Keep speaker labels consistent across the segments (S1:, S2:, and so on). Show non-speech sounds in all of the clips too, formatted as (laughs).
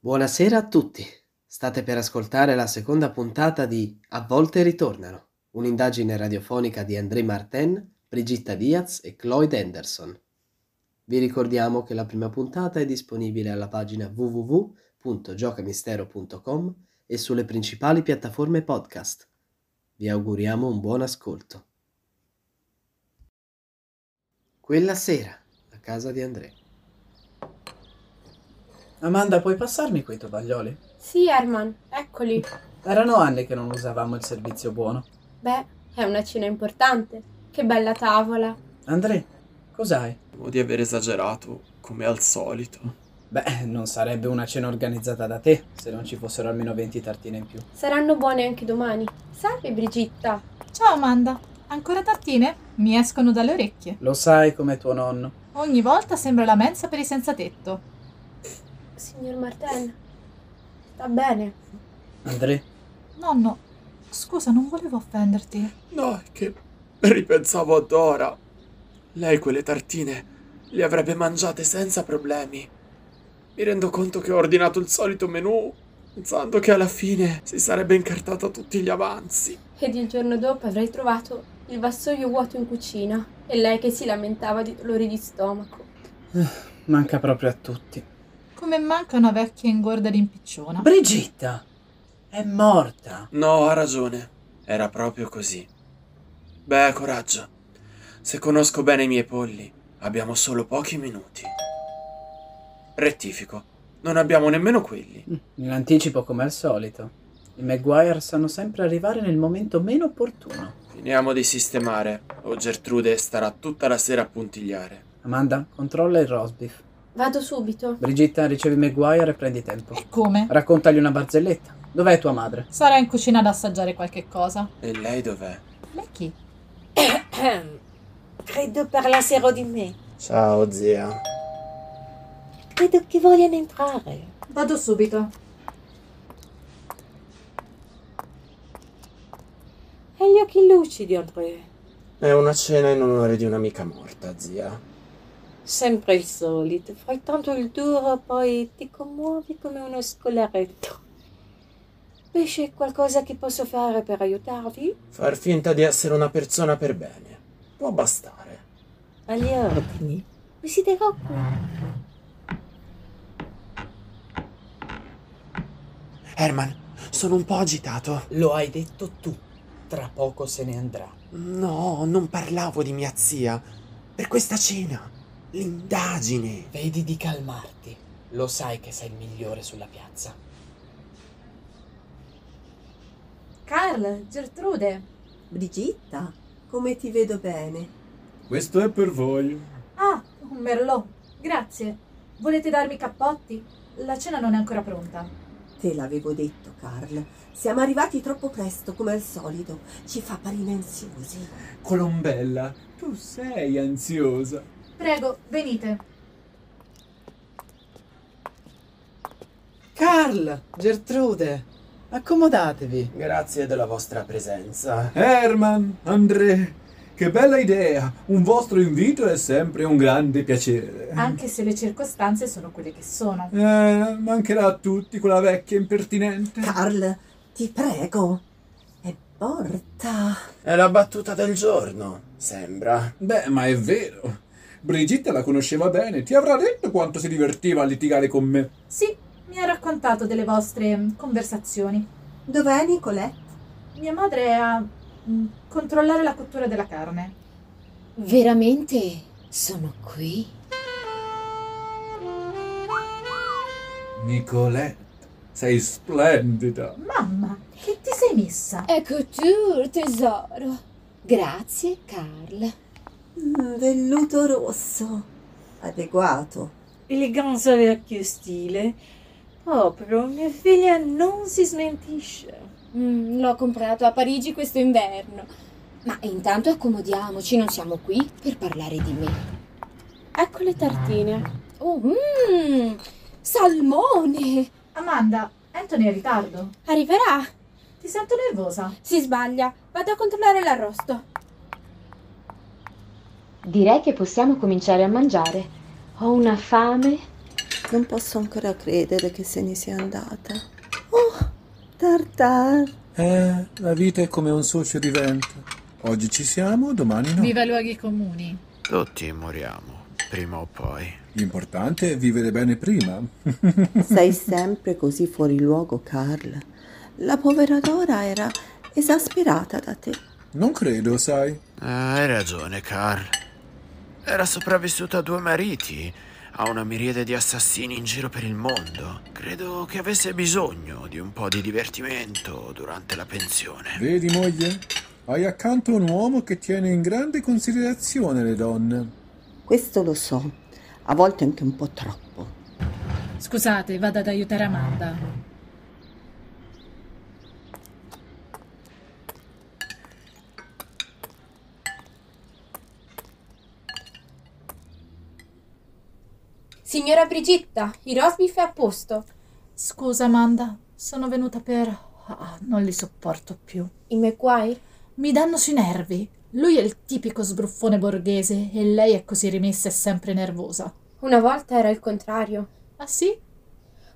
S1: Buonasera a tutti. State per ascoltare la seconda puntata di A volte ritornano, un'indagine radiofonica di André Martin, Brigitta Diaz e Cloyd Anderson. Vi ricordiamo che la prima puntata è disponibile alla pagina www.giocamistero.com e sulle principali piattaforme podcast. Vi auguriamo un buon ascolto. Quella sera, a casa di André.
S2: Amanda, puoi passarmi quei tovaglioli?
S3: Sì, Herman, eccoli.
S2: Erano anni che non usavamo il servizio buono.
S3: Beh, è una cena importante. Che bella tavola.
S2: André, cos'hai?
S4: Temo di aver esagerato, come al solito.
S2: Beh, non sarebbe una cena organizzata da te se non ci fossero almeno 20 tartine in più.
S3: Saranno buone anche domani. Salve, Brigitta.
S5: Ciao Amanda, ancora tartine? Mi escono dalle orecchie.
S2: Lo sai com'è tuo nonno.
S5: Ogni volta sembra la mensa per i senza tetto.
S3: Signor Martin, sta bene.
S2: André,
S5: Nonno, scusa, non volevo offenderti.
S4: No, è che ripensavo ad ora. Lei quelle tartine le avrebbe mangiate senza problemi. Mi rendo conto che ho ordinato il solito menù, pensando che alla fine si sarebbe incartata tutti gli avanzi.
S3: Ed il giorno dopo avrei trovato il vassoio vuoto in cucina e lei che si lamentava di dolori di stomaco.
S2: manca proprio a tutti.
S5: Come manca una vecchia ingorda rimpicciona.
S2: Brigitta! È morta!
S4: No, ha ragione. Era proprio così. Beh, coraggio. Se conosco bene i miei polli, abbiamo solo pochi minuti. Rettifico, non abbiamo nemmeno quelli.
S2: In anticipo come al solito. I Maguire sanno sempre arrivare nel momento meno opportuno.
S4: Finiamo di sistemare, o Gertrude starà tutta la sera a puntigliare.
S2: Amanda, controlla il roast beef.
S3: Vado subito.
S2: Brigitta, ricevi Maguire e prendi tempo.
S5: E come?
S2: Raccontagli una barzelletta. Dov'è tua madre?
S5: Sarà in cucina ad assaggiare qualche cosa.
S4: E lei dov'è?
S5: Lei chi?
S6: Ehm, Credo parlassero di me.
S7: Ciao zia.
S6: Credo che vogliano entrare.
S5: Vado subito.
S6: Hai gli occhi lucidi, Andrea.
S7: È una cena in onore di un'amica morta, zia.
S6: Sempre il solito. Fai tanto il duro, poi ti commuovi come uno scolaretto. Beh, c'è qualcosa che posso fare per aiutarvi?
S7: Far finta di essere una persona per bene. Può bastare.
S6: Agli ordini. Mi siederò qui.
S7: Herman, sono un po' agitato.
S8: Lo hai detto tu. Tra poco se ne andrà.
S7: No, non parlavo di mia zia. Per questa cena. L'indagine.
S8: Vedi di calmarti. Lo sai che sei il migliore sulla piazza.
S9: Carl, Gertrude. Brigitta, come ti vedo bene.
S10: Questo è per voi.
S9: Ah, un merlot. Grazie. Volete darmi cappotti? La cena non è ancora pronta. Te l'avevo detto, Carl. Siamo arrivati troppo presto, come al solito. Ci fa parire ansiosi.
S10: Colombella, tu sei ansiosa.
S9: Prego, venite.
S2: Carl, Gertrude, accomodatevi.
S7: Grazie della vostra presenza.
S10: Eh, Herman, André, che bella idea. Un vostro invito è sempre un grande piacere.
S11: Ehm.
S9: Anche se le circostanze sono quelle che sono.
S10: Eh, mancherà a tutti quella vecchia impertinente.
S11: Carl, ti prego, è morta.
S7: È la battuta del giorno, sembra.
S10: Beh, ma è vero. Brigitta la conosceva bene. Ti avrà detto quanto si divertiva a litigare con me.
S9: Sì, mi ha raccontato delle vostre mm, conversazioni.
S11: Dov'è Nicolette?
S9: Mia madre è a mm, controllare la cottura della carne.
S6: Veramente sono qui?
S10: Nicolette, sei splendida.
S9: Mamma, che ti sei messa?
S6: Ecco tu, tesoro. Grazie, Carl.
S11: Mm, Velluto rosso. Adeguato.
S6: Eleganza vecchio stile. Proprio, mia figlia non si smentisce. Mm, l'ho comprato a Parigi questo inverno. Ma intanto accomodiamoci, non siamo qui per parlare di me.
S3: Ecco le tartine.
S6: Oh, mmm, salmone!
S9: Amanda, Anthony è in ritardo.
S3: Arriverà.
S9: Ti sento nervosa.
S3: Si sbaglia. Vado a controllare l'arrosto.
S12: Direi che possiamo cominciare a mangiare. Ho una fame.
S9: Non posso ancora credere che se ne sia andata. Oh, Tartar!
S13: Eh, la vita è come un socio di vento. Oggi ci siamo, domani no.
S5: Viva luoghi comuni.
S4: Tutti moriamo, prima o poi.
S13: L'importante è vivere bene prima. (laughs)
S9: Sei sempre così fuori luogo, Carl. La povera Dora era esasperata da te.
S13: Non credo, sai.
S4: Ah, hai ragione, Carl. Era sopravvissuta a due mariti, a una miriade di assassini in giro per il mondo. Credo che avesse bisogno di un po' di divertimento durante la pensione.
S13: Vedi, moglie? Hai accanto un uomo che tiene in grande considerazione le donne.
S9: Questo lo so, a volte anche un po' troppo.
S5: Scusate, vado ad aiutare Amanda.
S3: Signora Brigitta, il rosbif è a posto.
S5: Scusa, Amanda, sono venuta per... Ah, non li sopporto più.
S3: I McGuire?
S5: Mi danno sui nervi. Lui è il tipico sbruffone borghese e lei è così rimessa e sempre nervosa.
S3: Una volta era il contrario.
S5: Ah sì?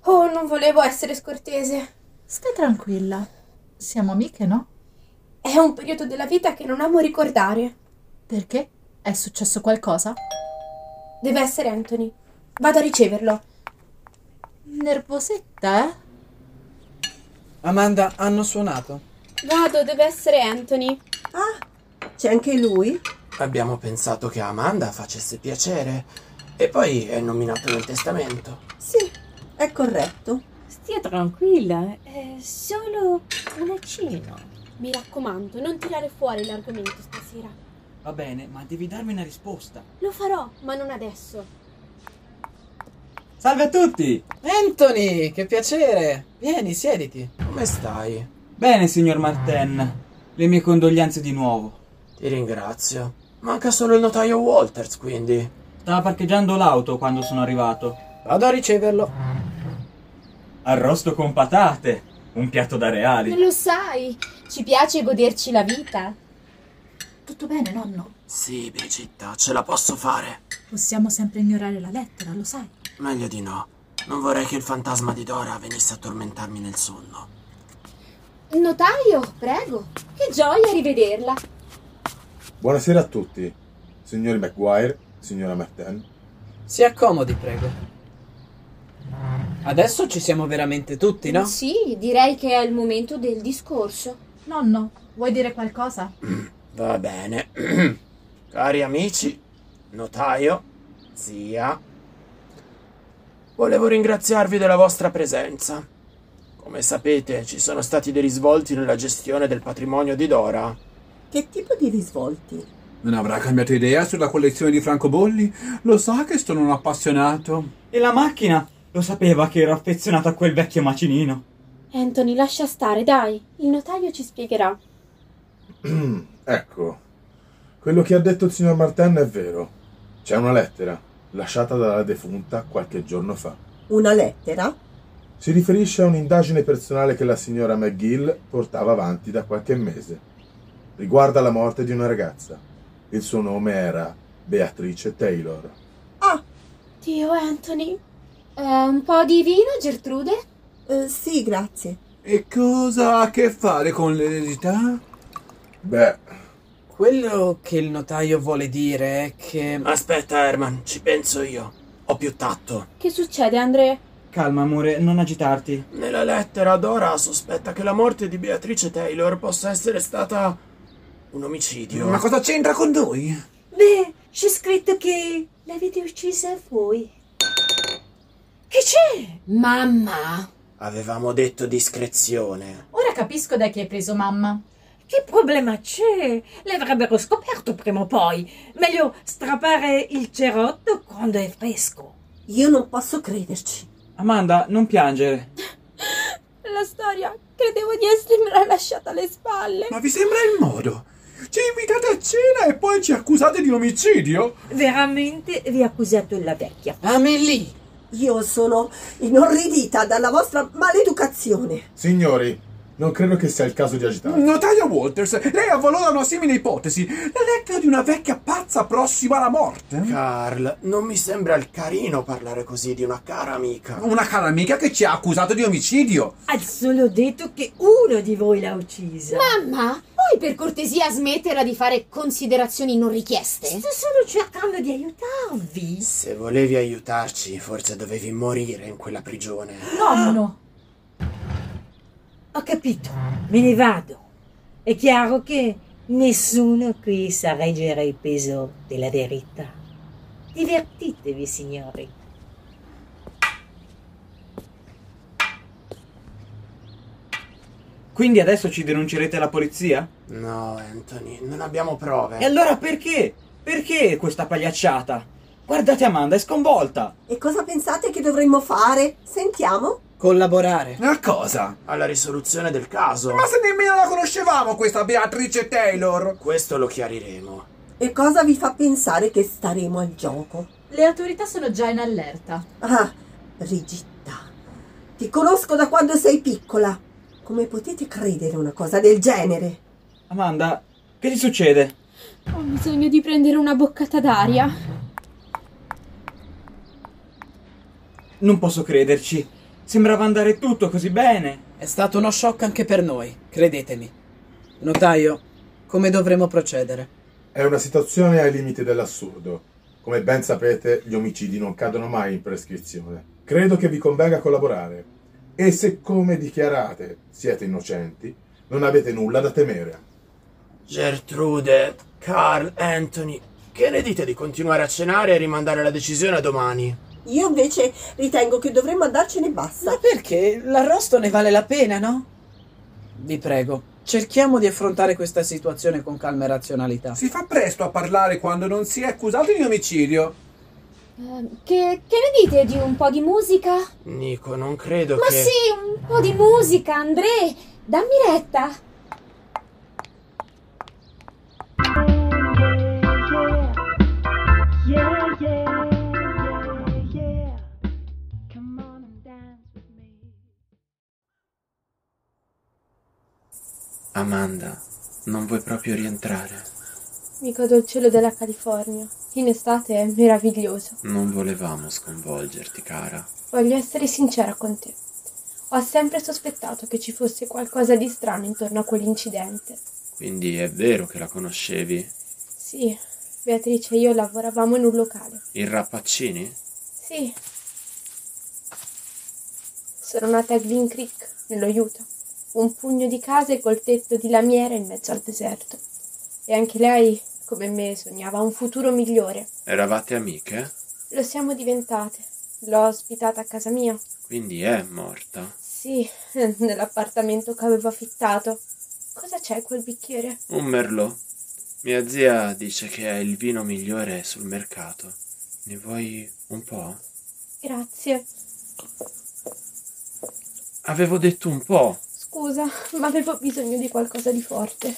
S3: Oh, non volevo essere scortese.
S5: Stai tranquilla. Siamo amiche, no?
S3: È un periodo della vita che non amo ricordare.
S5: Perché? È successo qualcosa?
S3: Deve essere Anthony. Vado a riceverlo.
S5: Nervosetta, eh?
S2: Amanda, hanno suonato.
S3: Vado, deve essere Anthony.
S14: Ah, C'è anche lui?
S2: Abbiamo pensato che a Amanda facesse piacere. E poi è nominato nel testamento.
S14: Sì, è corretto.
S6: Stia tranquilla,
S3: eh.
S6: è solo un accino.
S3: Mi raccomando, non tirare fuori l'argomento stasera.
S2: Va bene, ma devi darmi una risposta.
S3: Lo farò, ma non adesso.
S2: Salve a tutti! Anthony, che piacere! Vieni, siediti. Come stai?
S15: Bene, signor Marten. Le mie condoglianze di nuovo.
S2: Ti ringrazio. Manca solo il notaio Walters, quindi.
S15: Stava parcheggiando l'auto quando sono arrivato.
S2: Vado a riceverlo.
S15: Arrosto con patate. Un piatto da reali.
S12: Lo sai, ci piace goderci la vita.
S5: Tutto bene, nonno?
S4: Sì, Brigitta, ce la posso fare.
S5: Possiamo sempre ignorare la lettera, lo sai.
S4: Meglio di no. Non vorrei che il fantasma di Dora venisse a tormentarmi nel sonno.
S12: Notaio, prego. Che gioia rivederla.
S16: Buonasera a tutti, signori McGuire, signora Martin.
S2: Si accomodi, prego. Adesso ci siamo veramente tutti, no?
S12: Sì, direi che è il momento del discorso.
S5: Nonno, vuoi dire qualcosa?
S4: Va bene. (clears throat) Cari amici, notaio, zia,
S17: Volevo
S4: volevo ringraziarvi della vostra presenza.
S17: Come sapete, ci sono stati dei risvolti nella gestione del patrimonio di Dora.
S14: Che tipo di risvolti?
S10: Non avrà cambiato idea sulla collezione di francobolli? Lo sa che sono un appassionato.
S15: E la macchina? Lo sapeva che ero affezionato a quel vecchio macinino.
S3: Anthony, lascia stare, dai. Il notaio ci spiegherà.
S16: (clears throat) ecco, quello che ha detto il signor Martin è vero. C'è una lettera, lasciata dalla defunta qualche giorno fa.
S14: Una lettera?
S16: Si riferisce a un'indagine personale che la signora McGill portava avanti da qualche mese. Riguarda la morte di una ragazza. Il suo nome era Beatrice Taylor.
S3: Dio, Anthony.
S12: Eh, un po' di vino, Gertrude?
S14: sì, grazie.
S10: E cosa ha a che fare con l'eredità?
S16: Beh,
S2: Quello che il notaio vuole dire è che.
S17: Aspetta, Herman, ci penso io. Ho più tatto.
S3: Che succede, André?
S15: Calma, amore, non agitarti.
S17: Nella lettera Dora sospetta che la morte di Beatrice Taylor possa essere stata un omicidio.
S18: Ma cosa c'entra con noi?
S6: Beh, c'è scritto che l'avete uccisa voi.
S5: Che c'è?
S12: Eh,
S6: Mamma,
S17: Avevamo detto discrezione.
S5: Ora capisco da chi hai preso mamma.
S6: che problema c'è? L'avrebbero scoperto prima o poi. Meglio strappare il cerotto quando è fresco.
S14: Io non posso crederci.
S15: Amanda, non piangere.
S3: La storia. Credevo di essermela lasciata alle spalle.
S10: Ma vi sembra il modo? Ci invitate a cena e poi ci accusate di omicidio?
S6: Veramente vi ha accusato la vecchia.
S14: Amelie! Io sono inorridita dalla vostra maleducazione.
S16: signori, Non credo che sia il caso di agitarsi.
S19: Notaio Walters, lei avvalora una simile ipotesi. La lettera di una vecchia pazza prossima alla morte.
S4: Carl, non mi sembra il carino parlare così di una cara amica.
S19: Una cara amica che ci ha accusato di omicidio.
S20: Ha solo detto che uno di voi l'ha uccisa.
S12: Mamma, puoi per cortesia smetterla di fare considerazioni non richieste?
S20: Sto solo cercando di aiutarvi.
S4: Se volevi aiutarci, forse dovevi morire in quella prigione.
S20: Nonno! Ho capito, me ne vado. È chiaro che nessuno qui sa reggere il peso della verità. Divertitevi, signori.
S15: Quindi adesso ci denuncerete alla polizia?
S4: No, Anthony, non abbiamo prove.
S15: E allora perché? Perché questa pagliacciata? Guardate Amanda, è sconvolta.
S9: E cosa pensate che dovremmo fare? Sentiamo.
S2: Collaborare.
S19: A cosa?
S4: Alla risoluzione del caso.
S19: Ma se nemmeno la conoscevamo questa Beatrice Taylor.
S4: Questo lo chiariremo.
S9: E cosa vi fa pensare che staremo al gioco?
S5: Le autorità sono già in allerta.
S9: Ah, Rigitta, ti conosco da quando sei piccola. Come potete credere a una cosa del genere?
S15: Amanda, che ti succede?
S3: Ho bisogno di prendere una boccata d'aria.
S15: Non posso crederci. Sembrava andare tutto così bene.
S2: È stato uno shock anche per noi, credetemi. Notaio, come dovremo procedere?
S16: È una situazione ai limiti dell'assurdo. Come ben sapete, gli omicidi non cadono mai in prescrizione. Credo che vi convenga collaborare. E se, come dichiarate, siete innocenti, non avete nulla da temere.
S4: Gertrude, Carl, Anthony, che ne dite di continuare a cenare e rimandare la decisione a domani?
S9: Io invece ritengo che dovremmo andarcene e basta.
S2: Ma perché? L'arrosto ne vale la pena, no? Vi prego, cerchiamo di affrontare questa situazione con calma e razionalità.
S19: Si fa presto a parlare quando non si è accusati di omicidio.
S12: Ehm, Che, che ne dite di un po' di musica?
S4: Nico, non credo
S12: Ma
S4: che...
S12: sì, un po' di musica, André! Dammi retta!
S4: Amanda, non vuoi proprio rientrare.
S3: Mi godo il cielo della California. In estate è meraviglioso.
S4: Non volevamo sconvolgerti, cara.
S3: Voglio essere sincera con te. Ho sempre sospettato che ci fosse qualcosa di strano intorno a quell'incidente.
S4: Quindi è vero che la conoscevi?
S3: Sì, Beatrice e io lavoravamo in un locale.
S4: Il Rappaccini?
S3: Sì. Sono nata a Green Creek, nello Utah. Un pugno di case col tetto di lamiera in mezzo al deserto. E anche lei, come me, sognava un futuro migliore.
S4: Eravate amiche?
S3: Lo siamo diventate. L'ho ospitata a casa mia.
S4: Quindi è morta.
S3: Sì, (laughs) nell'appartamento che avevo affittato. Cosa c'è in quel bicchiere?
S4: Un merlot. Mia zia dice che è il vino migliore sul mercato. Ne vuoi un po'?
S3: Grazie.
S4: Avevo detto un po'.
S3: Scusa, ma avevo bisogno di qualcosa di forte.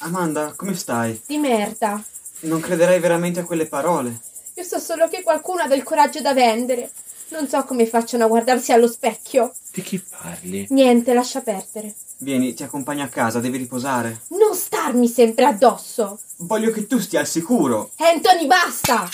S15: Amanda, come stai?
S3: Di merda.
S15: Non crederai veramente a quelle parole.
S3: Io so solo che qualcuno ha del coraggio da vendere. Non so come facciano a guardarsi allo specchio.
S15: Di chi parli?
S3: Niente, lascia perdere.
S15: Vieni, ti accompagno a casa, devi riposare.
S3: Non starmi sempre addosso.
S15: Voglio che tu stia al sicuro.
S3: Anthony, basta!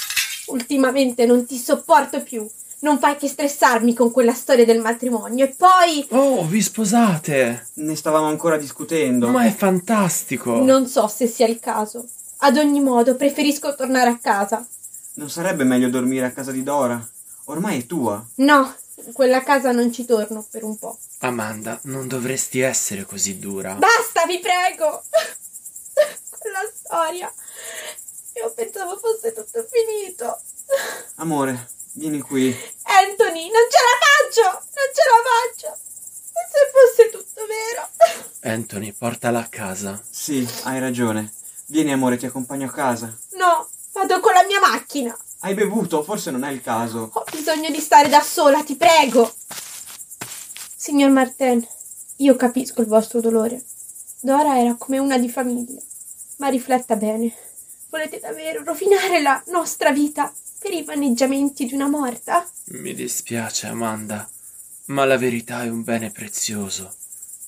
S3: Ultimamente non ti sopporto più. Non fai che stressarmi con quella storia del matrimonio. E poi...
S4: Oh, vi sposate!
S15: Ne stavamo ancora discutendo.
S4: Ma è fantastico!
S3: Non so se sia il caso. Ad ogni modo, preferisco tornare a casa.
S15: Non sarebbe meglio dormire a casa di Dora? Ormai è tua.
S3: No, in quella casa non ci torno per un po'.
S4: Amanda, non dovresti essere così dura.
S3: Basta, vi prego! (laughs) Quella storia. Io pensavo fosse tutto finito.
S15: Amore, vieni qui.
S3: Anthony, non ce la faccio! Non ce la faccio! E se fosse tutto vero?
S4: Anthony, portala a casa.
S15: Sì, hai ragione. Vieni amore, ti accompagno a casa.
S3: No, vado con la mia macchina.
S15: Hai bevuto? Forse non è il caso.
S3: Ho bisogno di stare da sola, ti prego. Signor Martin, io capisco il vostro dolore. Dora era come una di famiglia. Ma rifletta bene. Volete davvero rovinare la nostra vita per i vaneggiamenti di una morta?
S4: Mi dispiace, Amanda, ma la verità è un bene prezioso.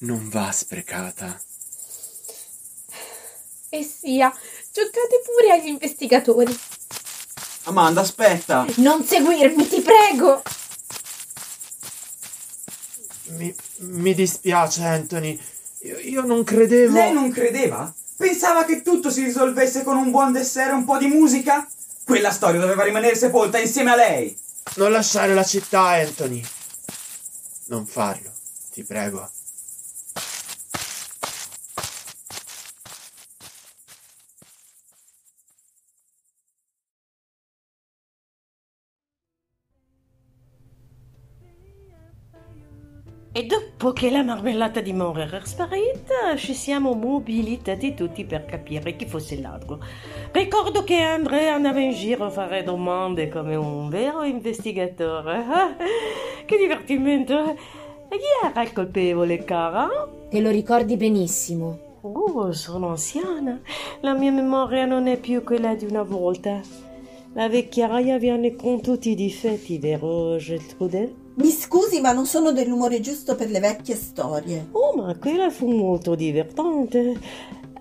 S15: non va sprecata.
S3: E sia, giocate pure agli investigatori.
S15: Amanda, aspetta!
S3: Non seguirmi, ti prego!
S4: Mi, mi dispiace, Anthony. Io, io non credevo.
S15: Lei non credeva? Pensava che tutto si risolvesse con un buon dessert e un po' di musica? Quella storia doveva rimanere sepolta insieme a lei.
S4: Non lasciare la città, Anthony. Non farlo, ti prego.
S21: E dopo che la marmellata di Maurer era sparita, ci siamo mobilitati tutti per capire chi fosse il ladro. Ricordo che Andrea andava in giro a fare domande come un vero investigatore. (laughs) che divertimento! eh? E chi era il colpevole, cara?
S12: Te lo ricordi benissimo.
S21: Oh, sono anziana. La mia memoria non è più quella di una volta. La vecchiaia viene con tutti i difetti, vero Gertrude?
S9: Mi scusi, ma non sono dell'umore giusto per le vecchie storie.
S21: Oh, ma quella fu molto divertente.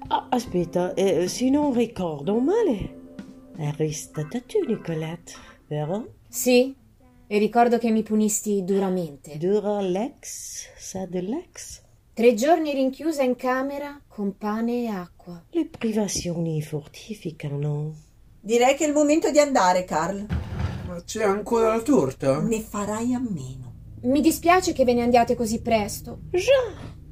S21: Ah, aspetta, eh, se non ricordo male, eri stata tu, Nicolette, vero?
S12: Sì, e ricordo che mi punisti duramente.
S21: Dura l'ex, sa dell'ex?
S12: Tre giorni rinchiusa in camera con pane e acqua.
S21: Le privazioni fortificano.
S9: Direi che è il momento di andare, Carl.
S15: Ma Ah, c'è ancora la torta?
S9: Ne farai a meno.
S12: Mi dispiace che ve ne andiate così presto.
S21: Già,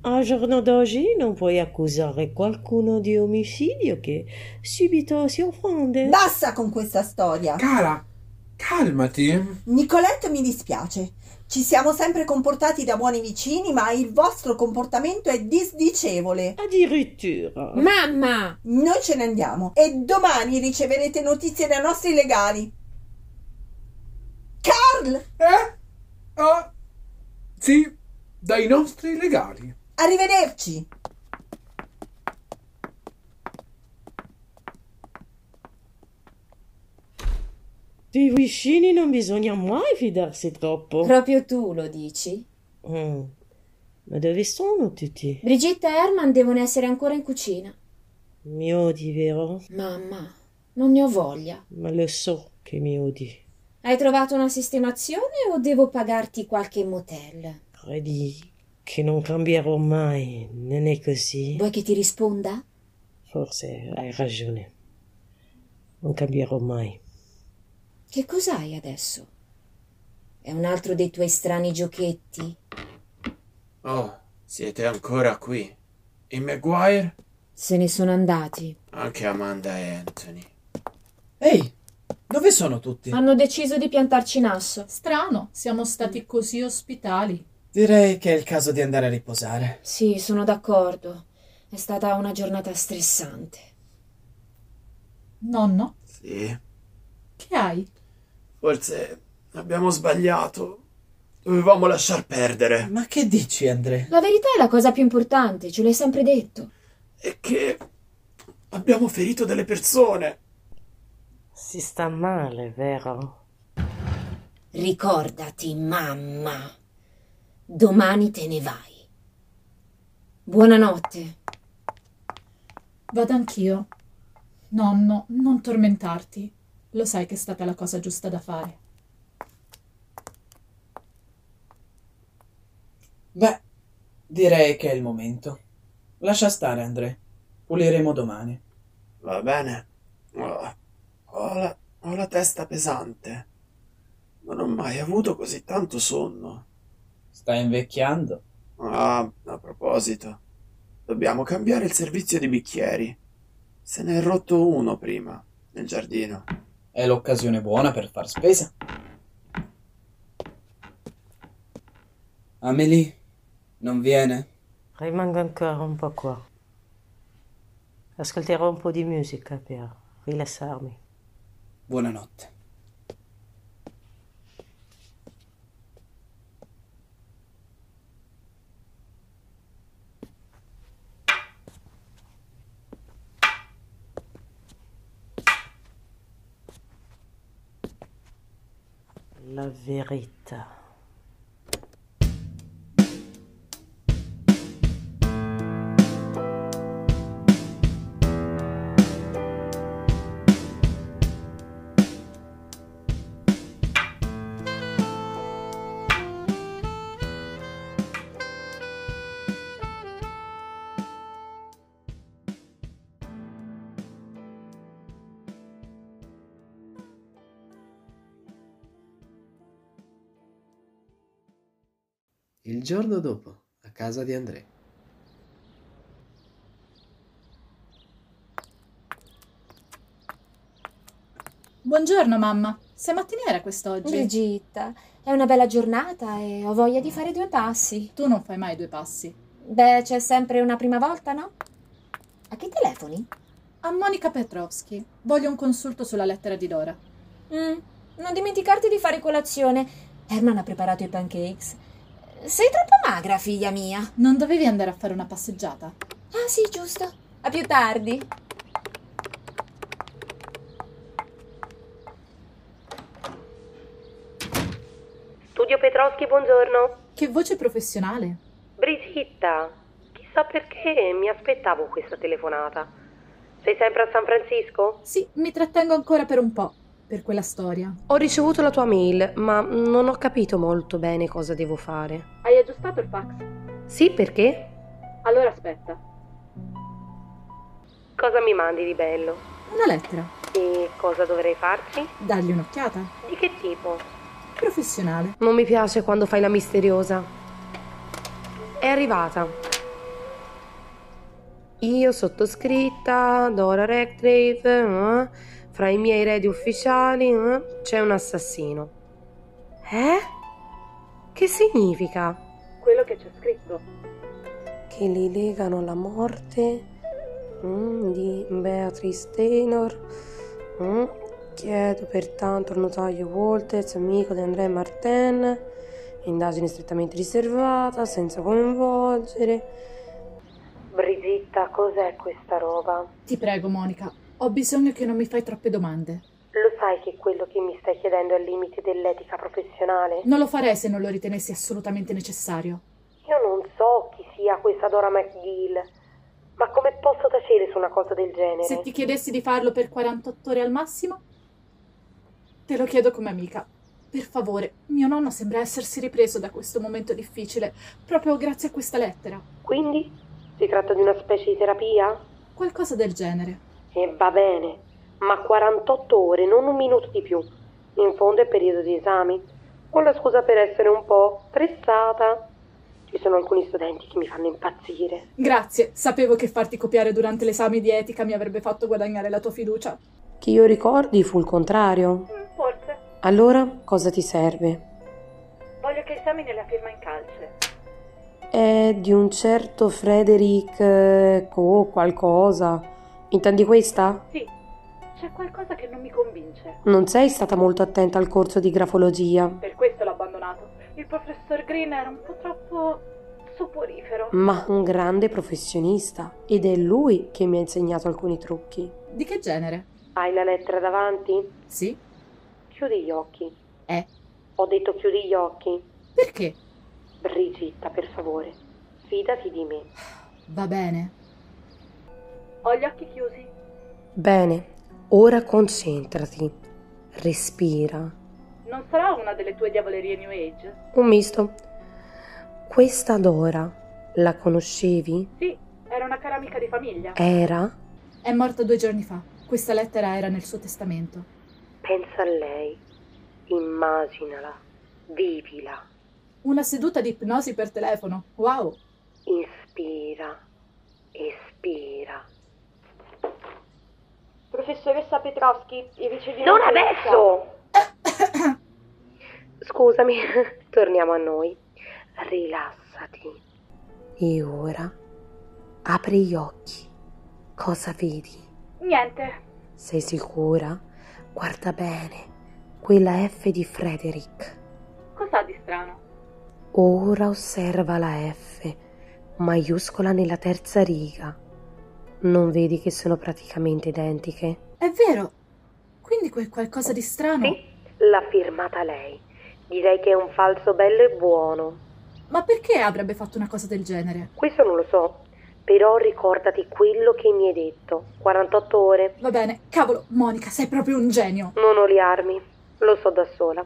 S21: al giorno d'oggi non puoi accusare qualcuno di omicidio che subito si offende.
S9: Basta con questa storia.
S15: Cara, calmati.
S9: Nicolette mi dispiace. Ci siamo sempre comportati da buoni vicini, ma il vostro comportamento è disdicevole.
S21: Addirittura.
S12: Mamma!
S9: Noi ce ne andiamo e domani riceverete notizie dai nostri legali. Carl!
S15: Eh? Ah, sì, dai nostri legali.
S9: Arrivederci!
S21: Dei vicini non bisogna mai fidarsi troppo.
S12: Proprio tu lo dici.
S21: Mm. Ma dove sono tutti?
S12: Brigitta e Herman devono essere ancora in cucina.
S21: Mi odi, vero?
S12: Mamma, non ne ho voglia.
S21: Ma lo so che mi odi.
S12: Hai trovato una sistemazione o devo pagarti qualche motel?
S21: Credi che non cambierò mai, non è così?
S12: Vuoi che ti risponda?
S21: Forse hai ragione. Non cambierò mai.
S12: Che cos'hai adesso? È un altro dei tuoi strani giochetti?
S4: Oh, siete ancora qui. I Maguire?
S12: Se ne sono andati.
S4: Anche Amanda e Anthony.
S2: Ehi, dove sono tutti?
S12: Hanno deciso di piantarci in asso.
S5: Strano, siamo stati così ospitali.
S2: Direi che è il caso di andare a riposare.
S12: Sì, sono d'accordo. È stata una giornata stressante.
S5: Nonno,
S4: Sì.
S5: che hai?
S4: Forse abbiamo sbagliato. Dovevamo lasciar perdere.
S2: Ma che dici, Andrea?
S12: La verità è la cosa più importante, ce l'hai sempre detto.
S4: È che abbiamo ferito delle persone.
S21: Si sta male, vero?
S12: Ricordati, mamma. Domani te ne vai. Buonanotte.
S5: Vado anch'io. Nonno, non tormentarti. Lo sai che è stata la cosa giusta da fare.
S2: Beh, direi che è il momento. Lascia stare, Andrea. Puliremo domani.
S4: Va bene. Oh, Ho la, ho la testa pesante. Non ho mai avuto così tanto sonno.
S2: Stai invecchiando.
S4: Ah, a proposito, dobbiamo cambiare il servizio di bicchieri. Se ne è rotto uno prima, nel giardino.
S2: È l'occasione buona per far spesa. Amelie, non viene?
S21: Rimango ancora un po' qua. Ascolterò un po' di musica per rilassarmi.
S2: Buonanotte.
S21: La verità.
S2: Il giorno dopo, a casa di André.
S5: Buongiorno mamma, sei mattiniera quest'oggi?
S12: Brigitta, è una bella giornata e ho voglia di fare due passi.
S5: Tu non fai mai due passi.
S12: Beh, c'è sempre una prima volta, no? A che telefoni?
S5: A Monica Petrovski, voglio un consulto sulla lettera di Dora.
S12: Mm, non dimenticarti di fare colazione. Herman ha preparato i pancakes. Sei troppo magra, figlia mia.
S5: Non dovevi andare a fare una passeggiata?
S12: Ah, sì, giusto. A più tardi.
S22: Studio Petroschi, buongiorno.
S5: Che voce professionale.
S22: Brigitta, chissà perché mi aspettavo questa telefonata. Sei sempre a San Francisco?
S5: Sì, mi trattengo ancora per un po', per quella storia.
S22: Ho ricevuto la tua mail, ma non ho capito molto bene cosa devo fare.
S23: Hai aggiustato il fax?
S22: Sì, perché?
S23: Allora aspetta.
S22: Cosa mi mandi di bello?
S5: Una lettera.
S22: E cosa dovrei farci?
S5: Dagli un'occhiata.
S22: Di che tipo?
S5: Professionale.
S22: Non mi piace quando fai la misteriosa. È arrivata. Io sottoscritta, Dora Redgrave, eh, fra i miei eredi ufficiali eh, c'è un assassino. Eh? Che significa?
S23: Quello che c'è scritto.
S22: Che li legano alla morte mm, di Beatrice Taylor. mm. Chiedo pertanto al notaio Walters, amico di Andrea Martin, indagine strettamente riservata, senza coinvolgere. Brigitta, cos'è questa roba?
S5: Ti prego, Monica, ho bisogno che non mi fai troppe domande.
S22: Lo sai che quello che mi stai chiedendo è al limite dell'etica professionale?
S5: Non lo farei se non lo ritenessi assolutamente necessario.
S22: Io non so chi sia questa Dora McGill, ma come posso tacere su una cosa del genere?
S5: Se ti chiedessi di farlo per 48 ore al massimo, te lo chiedo come amica. Per favore, mio nonno sembra essersi ripreso da questo momento difficile, proprio grazie a questa lettera.
S22: Quindi si tratta di una specie di terapia?
S5: Qualcosa del genere.
S22: E va bene, ma 48 ore, non un minuto di più. In fondo è periodo di esami, con la scusa per essere un po' stressata. Ci sono alcuni studenti che mi fanno impazzire.
S5: Grazie, sapevo che farti copiare durante l'esame di etica mi avrebbe fatto guadagnare la tua fiducia.
S22: Che io ricordi fu il contrario.
S23: Forse.
S22: Allora, cosa ti serve?
S23: Voglio che esamini la firma in calce.
S22: È di un certo Frederick eh, Co qualcosa. Intendi questa?
S23: Sì, c'è qualcosa che non mi convince.
S22: Non sei stata molto attenta al corso di grafologia.
S23: Per questo l'ho abbandonato. Il professor Green era un po' troppo soporifero.
S22: Ma un grande professionista. Ed è lui che mi ha insegnato alcuni trucchi.
S5: Di che genere?
S22: Hai la lettera davanti?
S5: Sì.
S22: Chiudi gli occhi.
S5: Eh.
S22: Ho detto chiudi gli occhi.
S5: Perché?
S22: Brigitta, per favore, fidati di me.
S5: Va bene.
S23: Ho gli occhi chiusi.
S22: Bene, ora concentrati. Respira.
S23: Non sarà una delle tue diavolerie New Age?
S22: Un misto. Questa Dora, la conoscevi?
S23: Sì, era una cara amica di famiglia.
S22: Era?
S5: È morta due giorni fa. Questa lettera era nel suo testamento.
S22: Pensa a lei. Immaginala. Vivila.
S5: Una seduta di ipnosi per telefono. Wow.
S22: Inspira. Espira.
S23: Professoressa Petrovski, i vicini...
S22: Non adesso! (coughs) Scusami, (laughs) torniamo a noi. Rilassati. E ora apri gli occhi. Cosa vedi?
S23: Niente.
S22: Sei sicura? Guarda bene. Quella F di Frederick.
S23: Cos'ha di strano?
S22: Ora osserva la F, maiuscola nella terza riga. Non vedi che sono praticamente identiche?
S5: È vero. Quindi quel qualcosa di strano.
S22: L'ha firmata lei. Direi che è un falso bello e buono.
S5: Ma perché avrebbe fatto una cosa del genere?
S22: Questo non lo so, però ricordati quello che mi hai detto. 48 ore.
S5: Va bene, cavolo, Monica, sei proprio un genio.
S22: Non oliarmi, lo so da sola.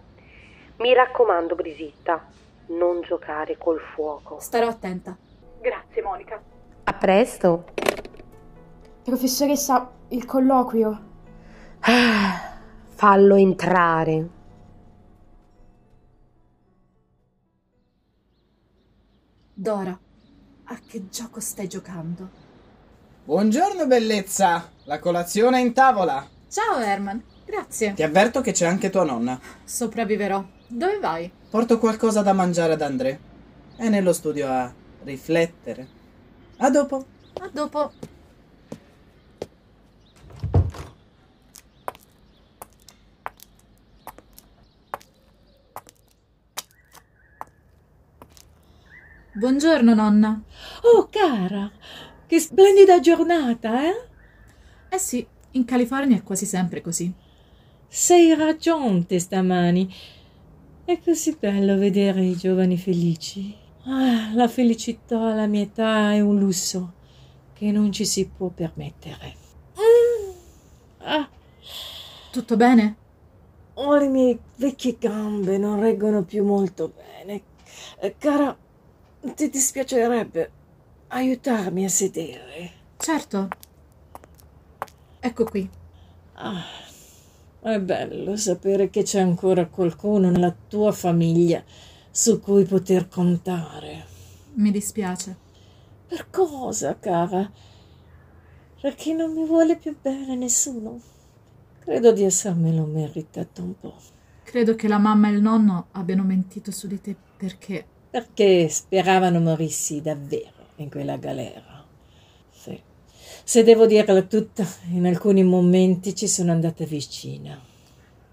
S22: Mi raccomando, Brigitta, non giocare col fuoco.
S5: Starò attenta.
S23: Grazie, Monica.
S22: A presto.
S24: Professoressa, il colloquio.
S22: Ah, Fallo entrare.
S5: Dora, a che gioco stai giocando?
S2: Buongiorno bellezza, la colazione è in tavola.
S5: Ciao Herman, grazie.
S2: Ti avverto che c'è anche tua nonna.
S5: Sopravviverò. Dove vai?
S2: Porto qualcosa da mangiare ad André. È nello studio a riflettere. A dopo.
S5: A dopo. Buongiorno nonna.
S6: Oh cara, che splendida giornata, eh?
S5: Eh sì, in California è quasi sempre così.
S6: Sei ragionte stamani. È così bello vedere i giovani felici. Ah, la felicità alla mia età è un lusso che non ci si può permettere. Mm.
S5: Tutto bene?
S6: Oh, le mie vecchie gambe non reggono più molto bene. Eh, Cara, ti dispiacerebbe aiutarmi a sedere?
S5: Certo. Ecco qui.
S6: Ah, è bello sapere che c'è ancora qualcuno nella tua famiglia su cui poter contare.
S5: Mi dispiace.
S6: Per cosa, cara? Perché non mi vuole più bene nessuno. Credo di essermelo meritato un po'.
S5: Credo che la mamma e il nonno abbiano mentito su di te perché
S6: Perché speravano morissi davvero in quella galera. Sì. Se devo dirla tutta, in alcuni momenti ci sono andata vicina.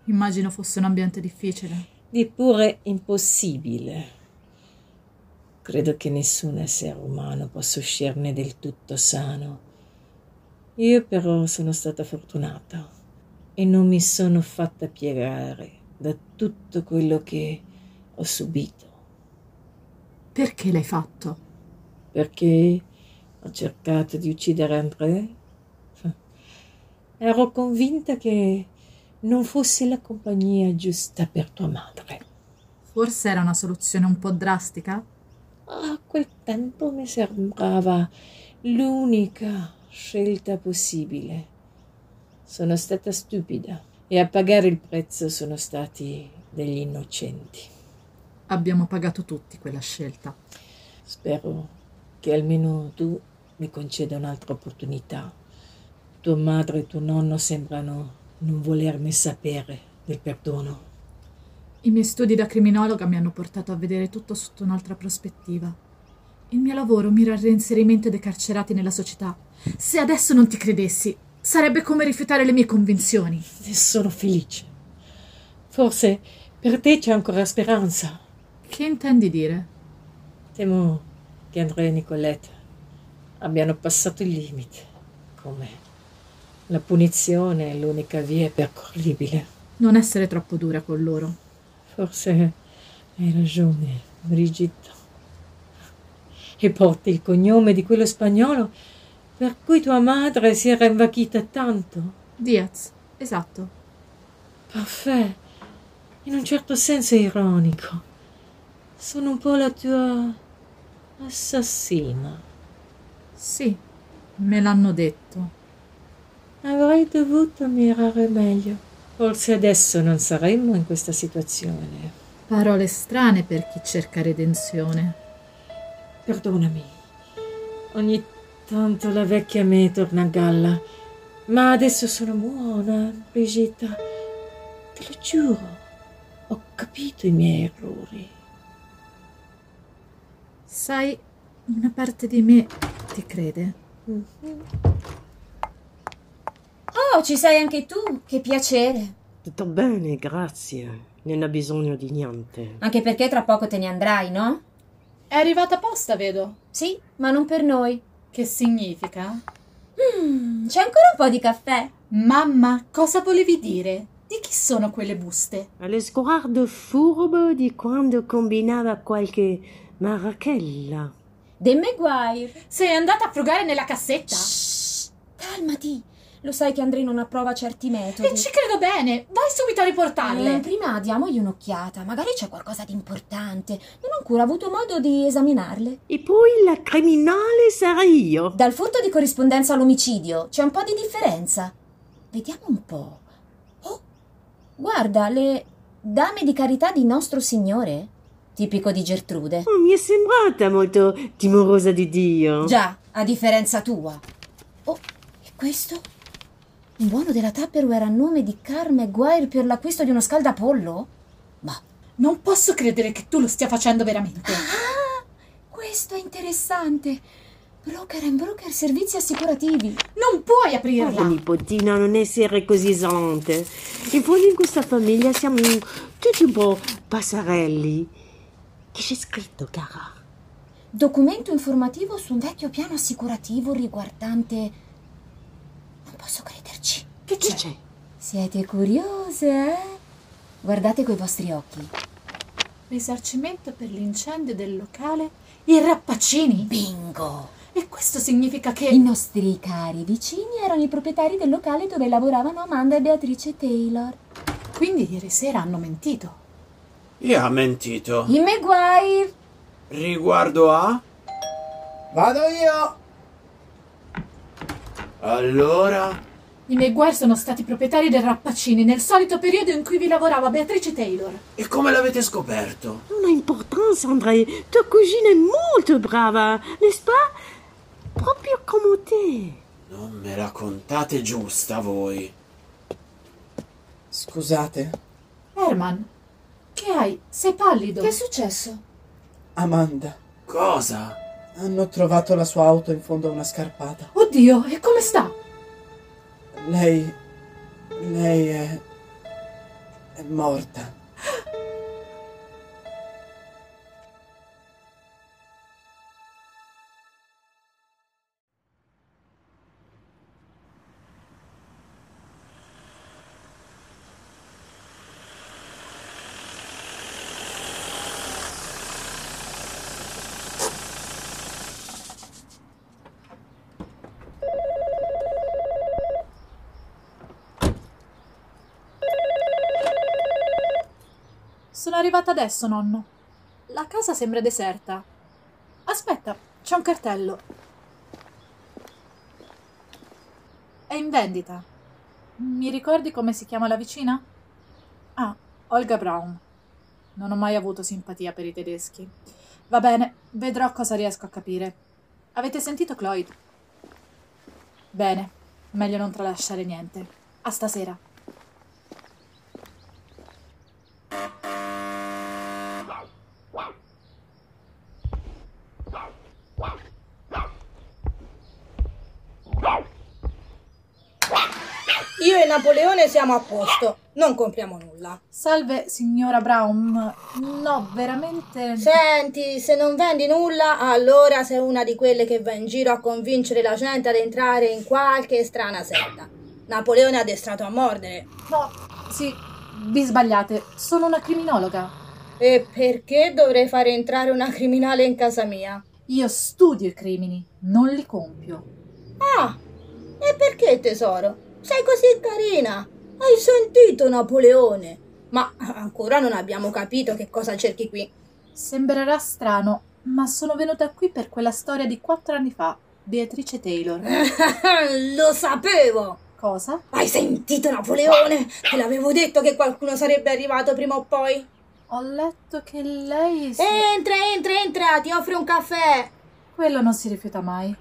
S5: immagino fosse un ambiente difficile.
S6: di pure impossibile. Credo che nessun essere umano possa uscirne del tutto sano. Io però sono stata fortunata e non mi sono fatta piegare da tutto quello che ho subito
S5: Perché l'hai fatto?
S6: perché ho cercato di uccidere André. Ero convinta che non fosse la compagnia giusta per tua madre.
S5: Forse era una soluzione un po' drastica?
S6: A Ah, quel tempo mi sembrava l'unica scelta possibile. Sono stata stupida e a pagare il prezzo sono stati degli innocenti.
S5: Abbiamo pagato tutti quella scelta.
S6: Spero che almeno tu mi conceda un'altra opportunità. Tua madre e tuo nonno sembrano non volerne sapere del perdono.
S5: I miei studi da criminologa mi hanno portato a vedere tutto sotto un'altra prospettiva. Il mio lavoro mira al reinserimento dei carcerati nella società. Se adesso non ti credessi, sarebbe come rifiutare le mie convinzioni.
S6: Ne sono felice. Forse per te c'è ancora speranza.
S5: Che intendi dire?
S6: Temo che Andrea e Nicoletta abbiano passato il limite, come la punizione è l'unica via percorribile.
S5: Non essere troppo dura con loro.
S6: Forse hai ragione, Brigitta. E porti il cognome di quello spagnolo per cui tua madre si era invachita tanto.
S5: Diaz, esatto.
S6: Parfait. In un certo senso è ironico. Sono un po' la tua assassina.
S5: Sì, me l'hanno detto.
S6: Avrei dovuto mirare meglio. Forse adesso non saremmo in questa situazione.
S5: Parole strane per chi cerca redenzione.
S6: Perdonami. Ogni tanto la vecchia me torna a galla. Ma adesso sono buona, Brigitta. Te lo giuro. Ho capito i miei errori.
S5: Sai, una parte di me ti crede.
S12: Oh, ci sei anche tu, che piacere.
S21: Tutto bene, grazie. Non ha bisogno di niente.
S12: Anche perché tra poco te ne andrai, no?
S5: È arrivata apposta, vedo.
S12: Sì, ma non per noi.
S5: Che significa?
S12: Mm, c'è ancora un po' di caffè.
S5: Mamma, cosa volevi dire? Di chi sono quelle buste?
S21: Ha Lo sguardo furbo di quando combinava qualche marachella.
S12: De Maguire.
S5: Sei andata a frugare nella cassetta?
S12: Calmati. Lo sai che Andrei non approva certi metodi.
S5: E Eh, ci credo bene. Vai subito a riportarle.
S12: Eh, prima diamogli un'occhiata. Magari c'è qualcosa di importante. Non ho ancora avuto modo di esaminarle.
S21: E poi la criminale sarà io.
S12: Dal furto di corrispondenza all'omicidio c'è un po' di differenza. Vediamo un po'. Oh, guarda, le dame di carità di Nostro Signore. Tipico di Gertrude.
S21: Oh, mi è sembrata molto timorosa di Dio.
S12: Già, a differenza tua. Oh, e questo? Un buono della Tupperware a nome di Carm Maguire per l'acquisto di uno scaldapollo?
S5: Non posso credere che tu lo stia facendo veramente.
S12: Questo è interessante. Broker and Broker Servizi Assicurativi.
S5: Non puoi
S21: Guarda,
S5: aprirla.
S21: Oh, nipotina, non essere così esonte. In fondo in questa famiglia siamo tutti un po' passarelli. Che c'è scritto, cara?
S12: Documento informativo su un vecchio piano assicurativo riguardante... Non posso crederci.
S5: Che c'è? c'è?
S12: Siete curiose, eh? Guardate coi vostri occhi.
S5: Risarcimento per l'incendio del locale I Rappaccini.
S12: Bingo!
S5: E questo significa che...
S12: I nostri cari vicini erano i proprietari del locale dove lavoravano Amanda e Beatrice Taylor.
S5: Quindi ieri sera hanno mentito.
S4: E ha mentito.
S12: I Maguire!
S4: Riguardo a...
S25: Vado io!
S4: Allora...
S5: I Maguire sono stati proprietari del Rappaccini nel solito periodo in cui vi lavorava Beatrice Taylor.
S4: E come l'avete scoperto?
S21: Non ha importanza, Andrei. Tua cugina è molto brava, n'est-ce pas? Proprio come te.
S4: Non me la contate giusta voi.
S2: Scusate,
S5: Herman, che hai? Sei pallido. Che è
S12: successo?
S2: Amanda.
S4: Cosa?
S2: Hanno trovato la sua auto in fondo a una scarpata.
S5: Oddio, e come sta?
S2: Lei. Lei è. è morta.
S5: Sono arrivata adesso, nonno. La casa sembra deserta. Aspetta, c'è un cartello. È in vendita. Mi ricordi come si chiama la vicina? Ah, Olga Brown. Non ho mai avuto simpatia per i tedeschi. Va bene, vedrò cosa riesco a capire. Avete sentito Cloyd? Bene, meglio non tralasciare niente. A stasera.
S26: Io e Napoleone siamo a posto, non compriamo nulla.
S5: Salve, signora Brown. No, veramente.
S26: Senti, se non vendi nulla, allora sei una di quelle che va in giro a convincere la gente ad entrare in qualche strana setta. Napoleone è addestrato a mordere.
S5: No, sì, vi sbagliate. Sono una criminologa.
S26: E perché dovrei fare entrare una criminale in casa mia?
S5: Io studio i crimini, non li compio.
S26: Ah, e perché tesoro? Sei così carina. Hai sentito Napoleone? Ma ancora non abbiamo capito che cosa cerchi qui.
S5: Sembrerà strano, ma sono venuta qui per quella storia di quattro anni fa. Beatrice Taylor.
S26: (laughs) Lo sapevo!
S5: Cosa?
S26: Hai sentito Napoleone? Te l'avevo detto che qualcuno sarebbe arrivato prima o poi.
S5: Ho letto che lei.
S26: Entra, entra, entra, ti offro un caffè.
S5: Quello non si rifiuta mai.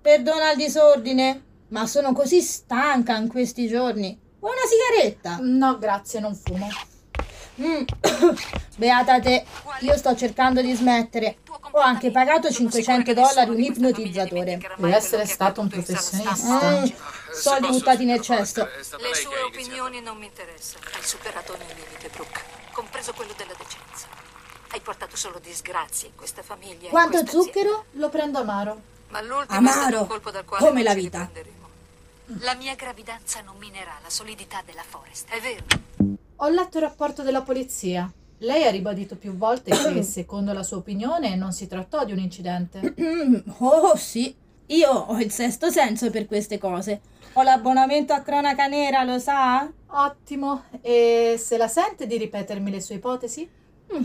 S26: Perdona il disordine, ma sono così stanca in questi giorni. Vuoi una sigaretta?
S5: No, grazie, non fumo.
S26: Mm. (coughs) Beata te, io sto cercando di smettere. Ho anche pagato 500 dollari un ipnotizzatore.
S5: Deve essere stato un professionista.
S26: Mm, soldi buttati in eccesso.
S6: Le sue opinioni non mi interessano. Hai superato ogni limite, Brooke, compreso quello della decenza. Hai portato solo disgrazie in questa famiglia. in
S26: Quanto
S6: questa
S26: zucchero?
S5: Lo prendo amaro.
S6: Ma l'ultimo è stato un
S26: Amaro,
S6: colpo dal quale
S26: come
S6: non
S26: la
S6: ci
S26: vita.
S6: riprenderemo. La mia gravidanza non minerà la solidità della forest, è vero?
S5: Ho letto il rapporto della polizia. Lei ha ribadito più
S26: (coughs)
S5: volte che, secondo la sua opinione, non si trattò di un incidente.
S26: Oh sì, io ho il sesto senso per queste cose. Ho l'abbonamento a cronaca nera, lo sa?
S5: Ah, Ottimo. E se la sente di ripetermi le sue ipotesi?
S26: Mm.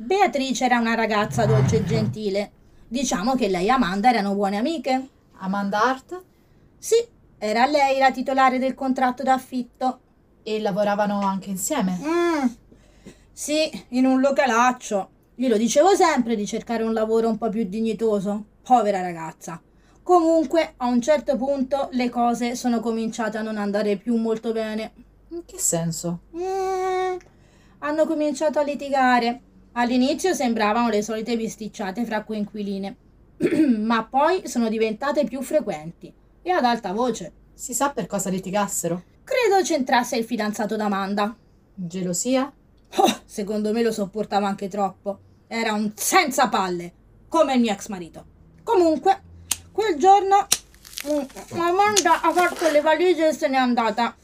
S26: Beatrice era una ragazza dolce e gentile. Diciamo che lei e Amanda erano buone amiche.
S5: Amanda Hart?
S26: Sì, era lei la titolare del contratto d'affitto. Mm.
S5: E lavoravano anche insieme.
S26: Sì, in un localaccio. Glielo dicevo sempre di cercare un lavoro un po' più dignitoso. Povera ragazza. Comunque, a un certo punto le cose sono cominciate a non andare più molto bene.
S5: In che senso?
S26: Mm, hanno cominciato a litigare. All'inizio sembravano le solite bisticciate fra coinquiline, (clears throat) ma poi sono diventate più frequenti e ad alta voce.
S5: Si sa per cosa litigassero?
S26: Credo c'entrasse il fidanzato d'Amanda.
S5: Gelosia?
S26: Oh, secondo me lo sopportava anche troppo. Era un senza palle, come il mio ex marito. Comunque, quel giorno mm, Amanda ha fatto le valigie e se n'è andata.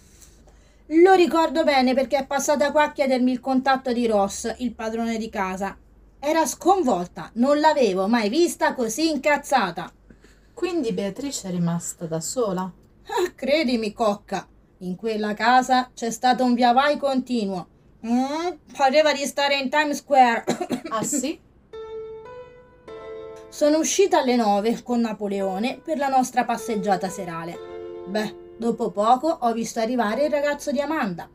S26: Lo ricordo bene perché è passata qua a chiedermi il contatto di Ross, il padrone di casa. Era sconvolta, non l'avevo mai vista così incazzata.
S5: Quindi Beatrice è rimasta da sola.
S26: Ah, credimi, cocca, in quella casa c'è stato un via vai continuo. Mm, pareva di stare in Times Square.
S5: (coughs) ah sì?
S26: Sono uscita alle nove con Napoleone per la nostra passeggiata serale. Beh, dopo poco ho visto arrivare il ragazzo di Amanda.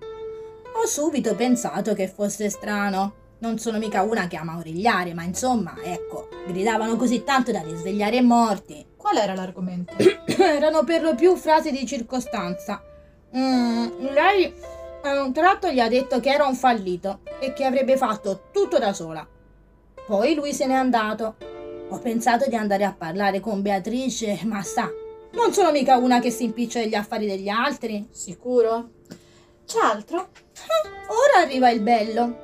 S26: Ho subito pensato che fosse strano. Non sono mica una che ama origliare, ma insomma, ecco, gridavano così tanto da risvegliare i morti.
S5: Qual era l'argomento?
S26: (coughs) Erano per lo più frasi di circostanza. Mm, lei a un tratto gli ha detto che era un fallito e che avrebbe fatto tutto da sola. Poi lui se n'è andato. Ho pensato di andare a parlare con Beatrice, ma sa, non sono mica una che si impiccia negli affari degli altri. Ah,
S5: Sicuro? C'è altro?
S26: Ora arriva il bello.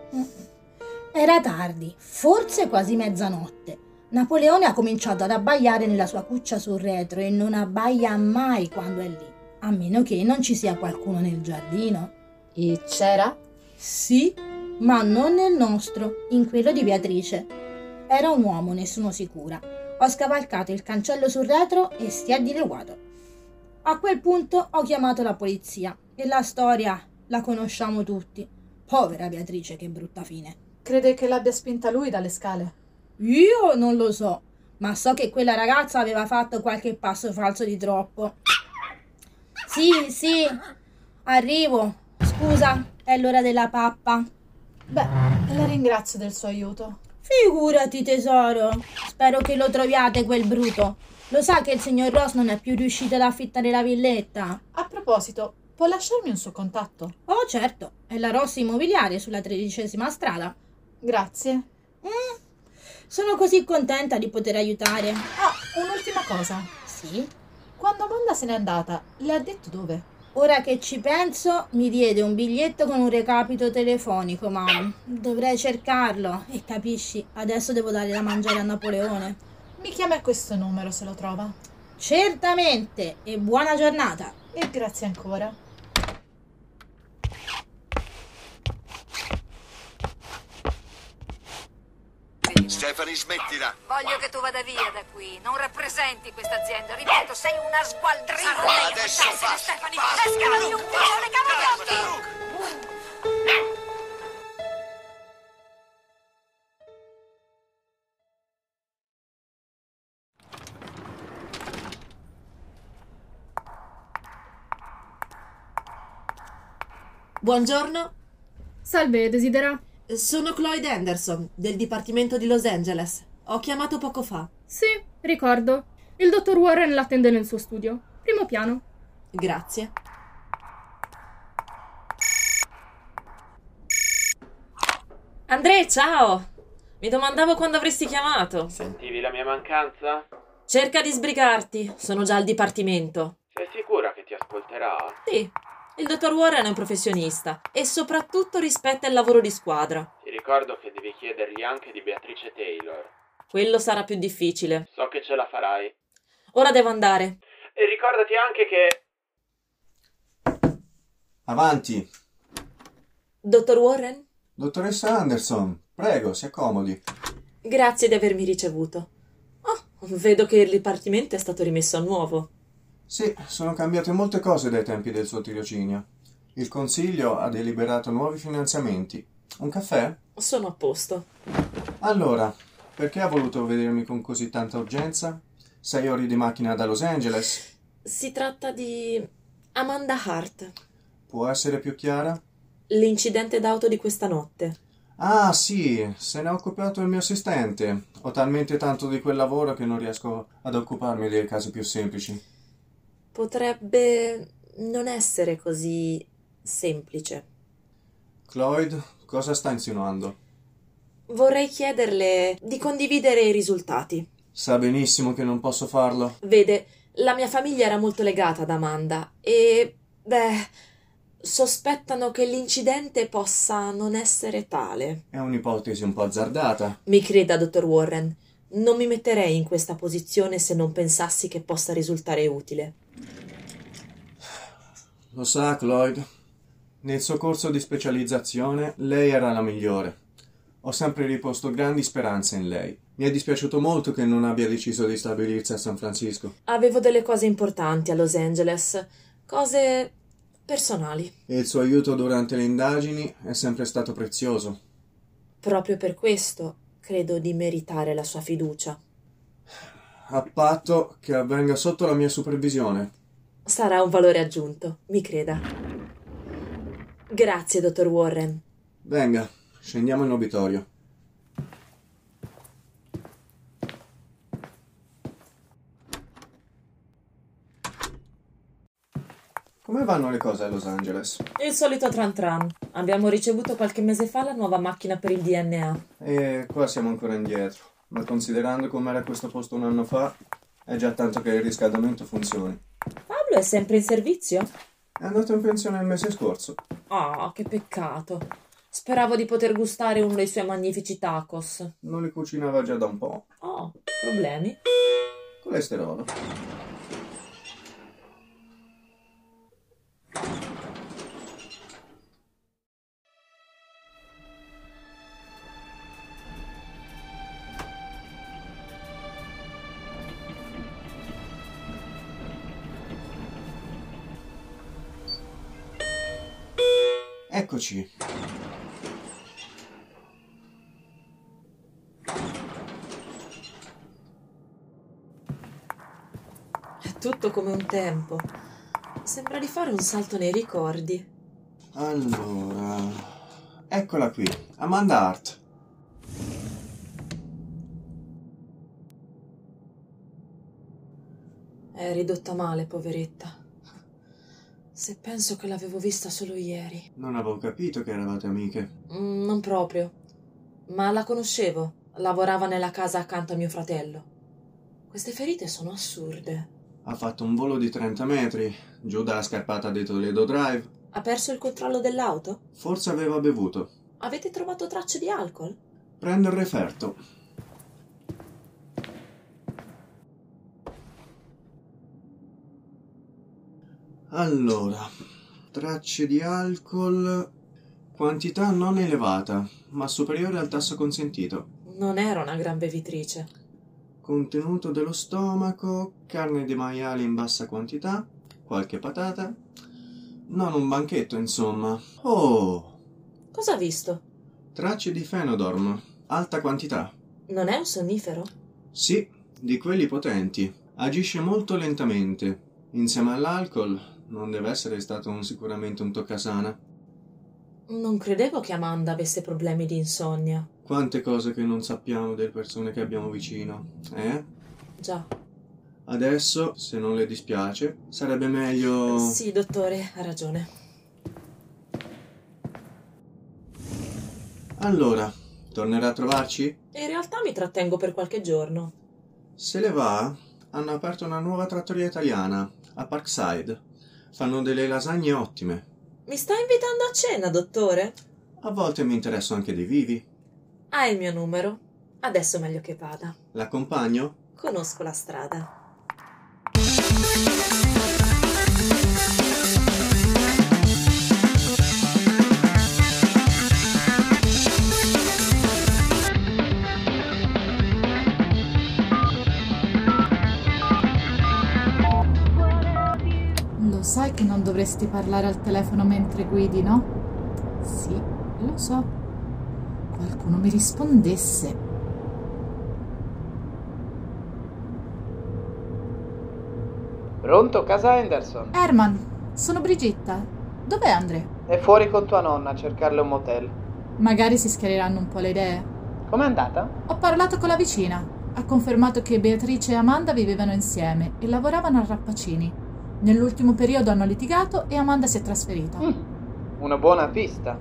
S26: Era tardi, forse quasi mezzanotte. Napoleone ha cominciato ad abbaiare nella sua cuccia sul retro e non abbaia mai quando è lì, a meno che non ci sia qualcuno nel giardino.
S5: E c'era?
S26: Sì, ma non nel nostro, in quello di Beatrice. Era un uomo, ne sono sicura. Ho scavalcato il cancello sul retro e si è dileguato. A quel punto ho chiamato la polizia e la storia la conosciamo tutti. Povera Beatrice, che brutta fine.
S5: Crede che l'abbia spinta lui dalle scale?
S26: Io non lo so, ma so che quella ragazza aveva fatto qualche passo falso di troppo. Sì, sì, arrivo, Scusa, è l'ora della pappa.
S5: Beh, la ringrazio del suo aiuto.
S26: Figurati, tesoro. Spero che lo troviate quel bruto. Lo sa che il signor Ross non è più riuscito ad affittare la villetta.
S5: A proposito, può lasciarmi un suo contatto?
S26: Oh, certo, è la Ross Immobiliare sulla tredicesima strada.
S5: Grazie.
S26: Mm, sono così contenta di poter aiutare.
S5: Ah, un'ultima cosa.
S26: Sì?
S5: Quando Amanda se n'è andata, le ha detto dove?
S26: Ora che ci penso, mi diede un biglietto con un recapito telefonico, ma dovrei cercarlo. E capisci, adesso devo dare da mangiare a Napoleone.
S5: Mi chiama a questo numero se lo trova.
S26: Certamente, e buona giornata.
S5: E grazie ancora.
S7: Stefani, smettila!
S27: Voglio che tu vada via da qui. Non rappresenti questa azienda. Ripeto, sei una sgualdrina.
S7: Guarda, adesso basta,
S27: Stefani.
S7: basta,
S27: Escavali un
S7: Luca,
S27: pezzo, le cavo gli occhi.
S20: Buongiorno,
S23: Salve, desidera?
S20: sono Chloe Anderson del Dipartimento di Los Angeles. Ho chiamato poco fa.
S23: Sì, ricordo. Il dottor Warren l'attende nel suo studio. Primo piano.
S20: Grazie. Andrea, ciao! Mi domandavo quando avresti chiamato.
S15: Sentivi la mia mancanza?
S20: Cerca di sbrigarti, sono già al dipartimento.
S15: Sei sicura che ti ascolterà?
S20: Sì, il dottor Warren è un professionista e soprattutto rispetta il lavoro di squadra.
S15: Ti ricordo che devi chiedergli anche di Beatrice Taylor.
S20: Quello sarà più difficile.
S15: So che ce la farai.
S20: Ora devo andare.
S15: E ricordati anche che...
S10: Avanti.
S20: Dottor Warren,
S10: Dottoressa Anderson, prego, si accomodi.
S20: grazie di avermi ricevuto. Oh, vedo che il dipartimento è stato rimesso a nuovo.
S10: Sì, sono cambiate molte cose dai tempi del suo tirocinio. Il Consiglio ha deliberato nuovi finanziamenti. Un caffè?
S20: Sono a posto.
S10: Allora, perché ha voluto vedermi con così tanta urgenza? Sei ore di macchina da Los Angeles?
S20: Si tratta di Amanda Hart.
S10: Può essere più chiara?
S20: L'incidente d'auto di questa notte.
S10: Ah, sì, se n'è occupato il mio assistente. Ho talmente tanto di quel lavoro che non riesco ad occuparmi dei casi più semplici.
S20: Potrebbe non essere così semplice.
S10: Cloyd, cosa sta insinuando?
S20: Vorrei chiederle di condividere i risultati.
S10: Sa benissimo che non posso farlo.
S20: Vede, la mia famiglia era molto legata ad Amanda e, beh, sospettano che l'incidente possa non essere tale.
S10: È un'ipotesi un po' azzardata.
S20: Mi creda, dottor Warren, non mi metterei in questa posizione se non pensassi che possa risultare utile.
S10: Lo sa, Cloyd. Nel suo corso di specializzazione lei era la migliore. Ho sempre riposto grandi speranze in lei. Mi è dispiaciuto molto che non abbia deciso di stabilirsi a San Francisco.
S20: Avevo delle cose importanti a Los Angeles, cose personali.
S10: E il suo aiuto durante le indagini è sempre stato prezioso.
S20: Proprio per questo credo di meritare la sua fiducia.
S10: A patto che avvenga sotto la mia supervisione.
S20: Sarà un valore aggiunto, mi creda. Grazie, dottor Warren.
S10: Venga, scendiamo in obitorio. Come vanno le cose a Los Angeles?
S20: Il solito tran tran. Abbiamo ricevuto qualche mese fa la nuova macchina per il DNA.
S10: E qua siamo ancora indietro, ma considerando com'era questo posto un anno fa, è già tanto che il riscaldamento funzioni.
S20: Pablo è sempre in servizio?
S10: È andato in pensione il mese scorso.
S20: Ah, che peccato. Speravo di poter gustare uno dei suoi magnifici tacos.
S10: Non li cucinava già da un po'.
S20: Oh, problemi?
S10: Colesterolo. Eccoci.
S20: È tutto come un tempo. Sembra di fare un salto nei ricordi.
S10: Allora, eccola qui, Amanda Hart.
S20: È ridotta male, poveretta. Se penso che l'avevo vista solo ieri.
S10: Non avevo capito che eravate amiche.
S20: Mm, non proprio. Ma la conoscevo. Lavorava nella casa accanto a mio fratello. Queste ferite sono assurde.
S10: Ha fatto un volo di 30 metri, giù dalla scarpata di Toledo Drive.
S20: Ha perso il controllo dell'auto?
S10: Forse aveva bevuto.
S20: Avete trovato tracce di alcol?
S10: Prendo il referto. Allora, tracce di alcol, quantità non elevata, ma superiore al tasso consentito.
S20: Non era una gran bevitrice.
S10: Contenuto dello stomaco, carne di maiale in bassa quantità, qualche patata. Non un banchetto, insomma. Oh,
S20: Cosa ha visto?
S10: tracce di Fenodorm, alta quantità.
S20: Non è un sonnifero?
S10: Sì, di quelli potenti. Agisce molto lentamente. Insieme all'alcol non deve essere stato un- sicuramente un toccasana.
S20: Non credevo che Amanda avesse problemi di insonnia.
S10: Quante cose che non sappiamo delle persone che abbiamo vicino, eh?
S20: Già.
S10: Adesso, se non le dispiace, sarebbe meglio...
S20: Sì, dottore, ha ragione.
S10: Allora, tornerà a trovarci?
S20: In realtà mi trattengo per qualche giorno.
S10: Se le va, hanno aperto una nuova trattoria italiana, a Parkside. Fanno delle lasagne ottime.
S20: Mi sta invitando a cena, dottore?
S10: A volte mi interesso anche dei vivi.
S20: Ha Ah, il mio numero. Adesso meglio che vada.
S10: L'accompagno?
S20: Conosco la strada.
S5: Lo sai che non dovresti parlare al telefono mentre guidi, no? Sì, lo so. Qualcuno mi rispondesse.
S2: Pronto, casa Henderson?
S5: Herman, sono Brigitta. Dov'è Andre?
S2: È fuori con tua nonna a cercarle un motel.
S5: Magari si schiariranno un po' le idee.
S2: Com'è andata?
S5: Ho parlato con la vicina. Ha confermato che Beatrice e Amanda vivevano insieme e lavoravano a Rappacini. Nell'ultimo periodo hanno litigato e Amanda si è trasferita.
S2: Una buona pista.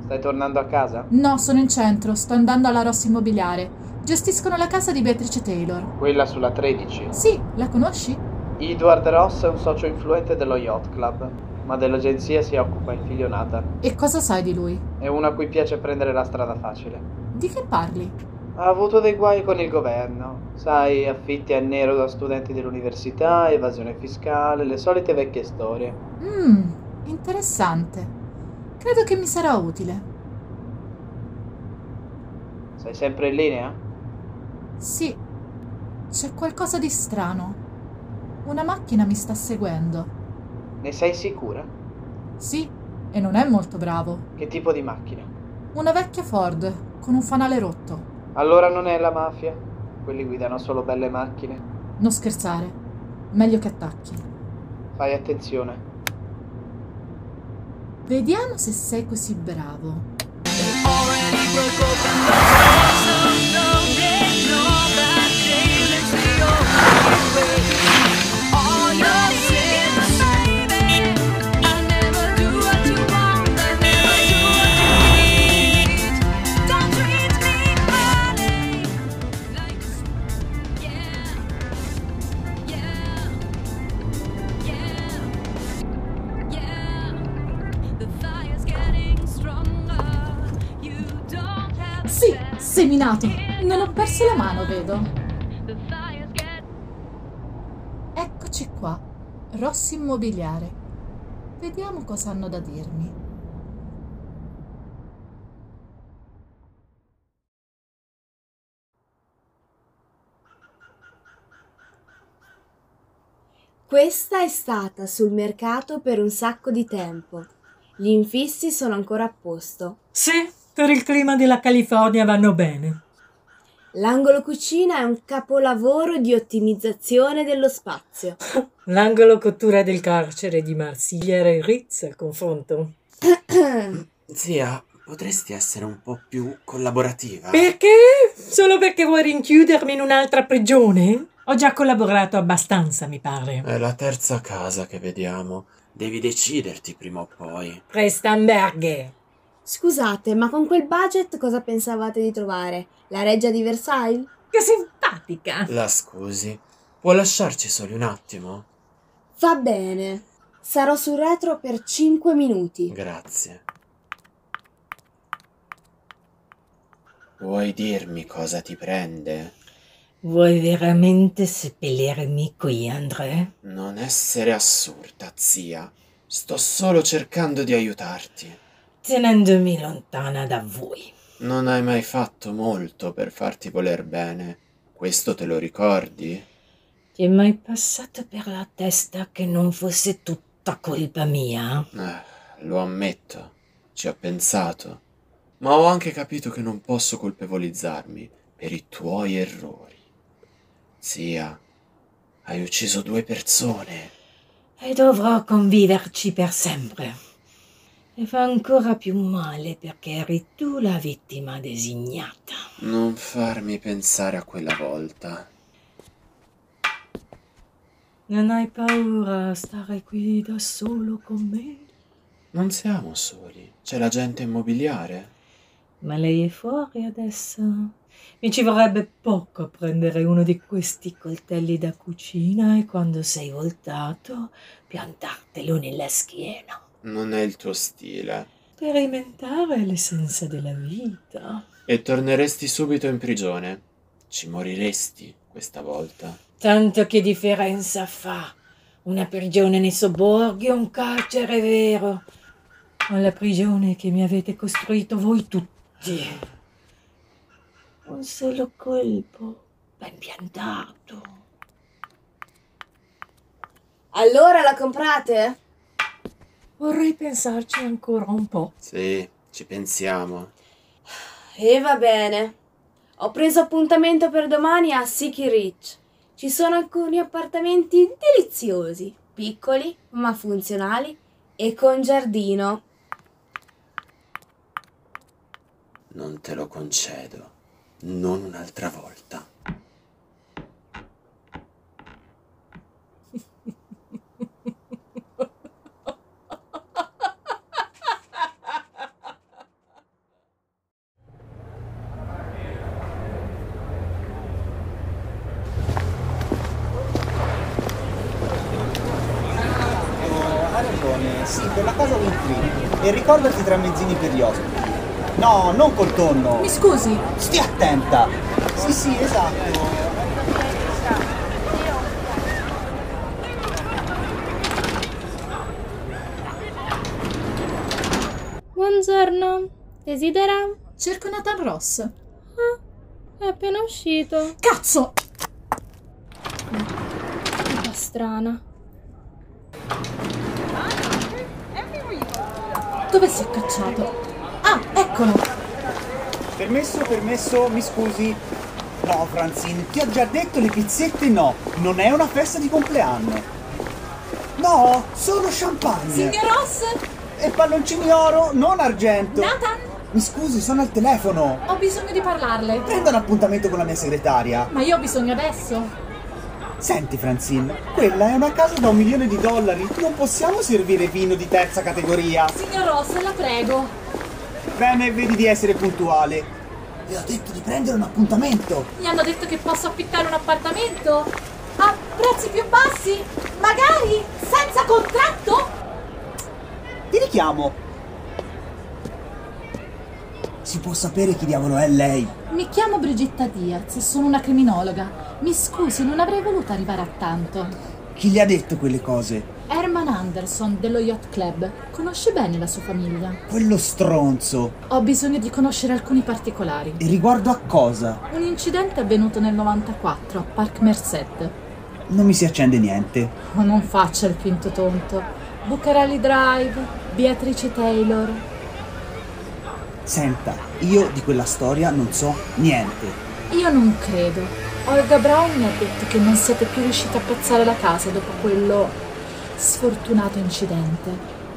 S2: Stai tornando a casa?
S5: No, sono in centro, sto andando alla Rossi Immobiliare. Gestiscono la casa di Beatrice Taylor.
S2: Quella sulla 13.
S5: Sì, la conosci?
S2: Edward Ross è un socio influente dello Yacht Club, ma dell'agenzia si occupa in figlionata.
S5: E cosa sai di lui?
S2: È uno a cui piace prendere la strada facile.
S5: Di che parli?
S2: Ha avuto dei guai con il governo. Sai, affitti a nero da studenti dell'università, evasione fiscale, le solite vecchie storie.
S5: Mmm, interessante. Credo che mi sarà utile.
S2: Sei sempre in linea?
S5: Sì, c'è qualcosa di strano. Una macchina mi sta seguendo.
S2: Ne sei sicura?
S5: Sì, e non è molto bravo.
S2: Che tipo di macchina?
S5: Una vecchia Ford con un fanale rotto.
S2: Allora non è la mafia? Quelli guidano solo belle macchine.
S5: Non scherzare. Meglio che attacchi.
S2: Fai attenzione.
S5: Vediamo se sei così bravo. Sì, seminato. Non ho perso la mano, vedo. Eccoci qua, Rossi Immobiliare. Vediamo cosa hanno da dirmi.
S19: Questa è stata sul mercato per un sacco di tempo. Gli infissi sono ancora a posto.
S6: Sì, per il clima della California vanno bene.
S19: L'angolo cucina è un capolavoro di ottimizzazione dello
S6: (laughs)
S19: spazio.
S6: L'angolo cottura del carcere di Marsiglia era in rizza al confronto.
S4: Zia, potresti essere un po' più collaborativa?
S6: Perché? Solo perché vuoi rinchiudermi in un'altra prigione? Ho già collaborato abbastanza, mi pare.
S4: È la terza casa che vediamo. Devi deciderti prima o poi.
S6: Prestanberghe.
S19: Scusate, ma con quel budget cosa pensavate di trovare? La reggia di Versailles?
S6: Che simpatica!
S4: La scusi, può lasciarci soli un attimo?
S19: Va bene. Sarò sul retro per 5 minuti.
S4: Grazie. Vuoi dirmi cosa ti prende?
S6: Vuoi veramente seppellirmi qui, André?
S4: Non essere assurda, zia. Sto solo cercando di aiutarti.
S6: Tenendomi lontana da voi.
S4: Non hai mai fatto molto per farti voler bene. Questo te lo ricordi?
S6: Ti è mai passato per la testa che non fosse tutta colpa mia?
S4: Eh, lo ammetto, ci ho pensato. Ma ho anche capito che non posso colpevolizzarmi per i tuoi errori. Zia, hai ucciso due persone.
S6: E dovrò conviverci per sempre. E fa ancora più male perché eri tu la vittima designata.
S4: Non farmi pensare a quella volta.
S6: Non hai paura a stare qui da solo con me?
S4: Non siamo soli, c'è l'agente immobiliare.
S6: Ma lei è fuori adesso. Mi ci vorrebbe poco a prendere uno di questi coltelli da cucina e quando sei voltato piantartelo nella schiena.
S4: Non è il tuo stile.
S6: Sperimentare l'essenza della vita.
S4: E torneresti subito in prigione. Ci moriresti questa volta.
S6: Tanto che differenza fa? Una prigione nei sobborghi o un carcere vero? O la prigione che mi avete costruito voi tutti. Un solo colpo, ben piantato.
S19: Allora la comprate?
S6: Vorrei pensarci ancora un po'.
S4: Sì, ci pensiamo.
S19: E va bene. Ho preso appuntamento per domani a Siki Rich. Ci sono alcuni appartamenti deliziosi, piccoli ma funzionali E con giardino.
S4: Non te lo concedo. Non un'altra volta.
S28: Arancone, Eh, sì, per la casa del trip. E ricordati i tramezzini per gli ospiti. No, non col tonno.
S5: Mi scusi?
S28: Stia attenta. Sì, sì, esatto.
S3: Buongiorno, desidera?
S5: Cerco Nathan Ross.
S3: Ah, è appena uscito.
S5: Cazzo!
S3: Cosa strana.
S5: Dove si è cacciato? Ah, eccolo!
S28: Permesso, permesso, mi scusi. No, Franzin, ti ho già detto le pizzette no. Non è una festa di compleanno. No, solo champagne.
S3: Signor Ross?
S28: E palloncini oro, non argento.
S3: Nathan?
S28: Mi scusi, sono al telefono.
S5: Ho bisogno di parlarle.
S28: Prendo un appuntamento con la mia segretaria.
S5: Ma io ho bisogno adesso.
S28: Senti, Francine, quella è una casa da un milione di dollari. Non possiamo servire vino di terza categoria.
S5: Signor Ross, la prego.
S28: Bene, vedi di essere puntuale. Le ho detto di prendere un appuntamento.
S5: Mi hanno detto che posso affittare un appartamento a prezzi più bassi, magari senza contratto.
S28: Ti richiamo. Si può sapere chi diavolo è lei?
S5: Mi chiamo Brigitta Diaz, sono una criminologa. Mi scusi, non avrei voluto arrivare a tanto.
S28: Chi le ha detto quelle cose?
S5: Herman Anderson dello Yacht Club conosce bene la sua famiglia.
S28: Quello stronzo.
S5: Ho bisogno di conoscere alcuni particolari.
S28: E riguardo a cosa?
S5: Un incidente è avvenuto nel 94 a Park Merced.
S28: Non mi si accende niente.
S5: Oh, non faccia il finto tonto. Bucarelli Drive, Beatrice Taylor.
S28: Senta, io di quella storia non so niente.
S5: Io non credo. Olga Brown mi ha detto che non siete più riusciti a piazzare la casa dopo quello sfortunato incidente.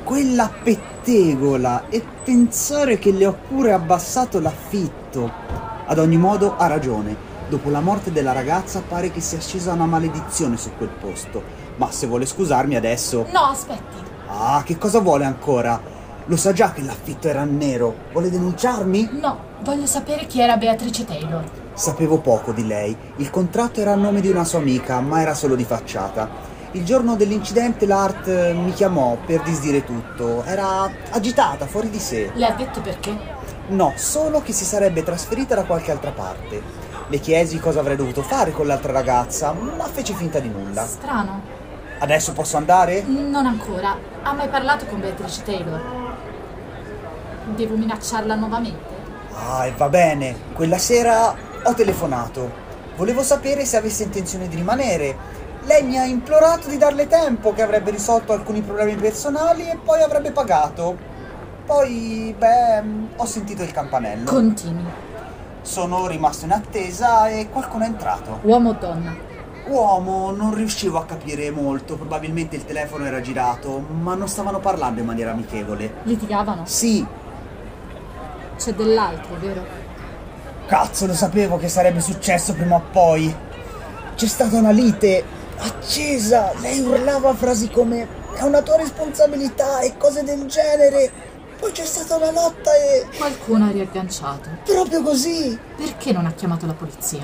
S28: Quella pettegola e pensare che le ho pure abbassato l'affitto. Ad ogni modo ha ragione. Dopo la morte della ragazza pare che sia scesa una maledizione su quel posto. Ma se vuole scusarmi adesso...
S5: No, aspetti.
S28: Ah, che cosa vuole ancora? Lo sa già che l'affitto era nero. Vuole denunciarmi?
S5: No, voglio sapere chi era Beatrice Taylor.
S28: Sapevo poco di lei. Il contratto era a nome di una sua amica, ma era solo di facciata. Il giorno dell'incidente l'Art eh, mi chiamò per disdire tutto. Era agitata, fuori di sé.
S5: Le ha detto perché?
S28: No, solo che si sarebbe trasferita da qualche altra parte. Le chiesi cosa avrei dovuto fare con l'altra ragazza, ma fece finta di nulla.
S5: Strano.
S28: Adesso posso andare?
S5: Non ancora. Ha mai parlato con Beatrice Taylor? Devo minacciarla nuovamente?
S28: Ah, e va bene. Quella sera ho telefonato. Volevo sapere se avesse intenzione di rimanere. Lei mi ha implorato di darle tempo, che avrebbe risolto alcuni problemi personali e poi avrebbe pagato. Poi, beh, ho sentito il campanello.
S5: Continui.
S28: Sono rimasto in attesa e qualcuno è entrato.
S5: Uomo o donna?
S28: Uomo, non riuscivo a capire molto, probabilmente il telefono era girato, ma non stavano parlando in maniera amichevole.
S5: Litigavano?
S28: Sì,
S5: C'è dell'altro, vero?
S28: Cazzo, lo sapevo che sarebbe successo prima o poi. C'è stata una lite accesa. Lei urlava frasi come è una tua responsabilità e cose del genere. Poi c'è stata una lotta e
S5: Qualcuno ha riagganciato.
S28: proprio così.
S5: Perché non ha chiamato la polizia?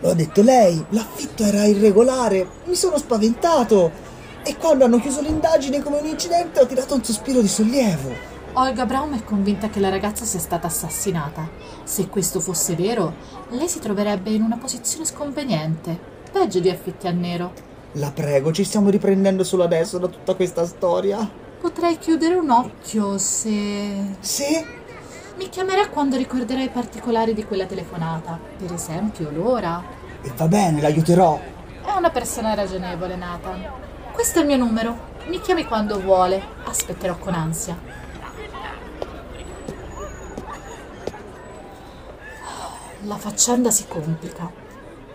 S28: L'ho detto lei, l'affitto era irregolare. Mi sono spaventato. E quando hanno chiuso l'indagine come un incidente ho tirato un sospiro di sollievo.
S5: Olga Brown è convinta che la ragazza sia stata assassinata. Se questo fosse vero, lei si troverebbe in una posizione sconveniente, peggio di affitti a nero.
S28: La prego, ci stiamo riprendendo solo adesso da tutta questa storia.
S5: Potrei chiudere un occhio se.
S28: Sì?
S5: Mi chiamerà quando ricorderai i particolari di quella telefonata, per esempio l'ora.
S28: E va bene, l'aiuterò.
S5: È una persona ragionevole, Nathan. Questo è il mio numero. Mi chiami quando vuole. Aspetterò con ansia. La faccenda si complica.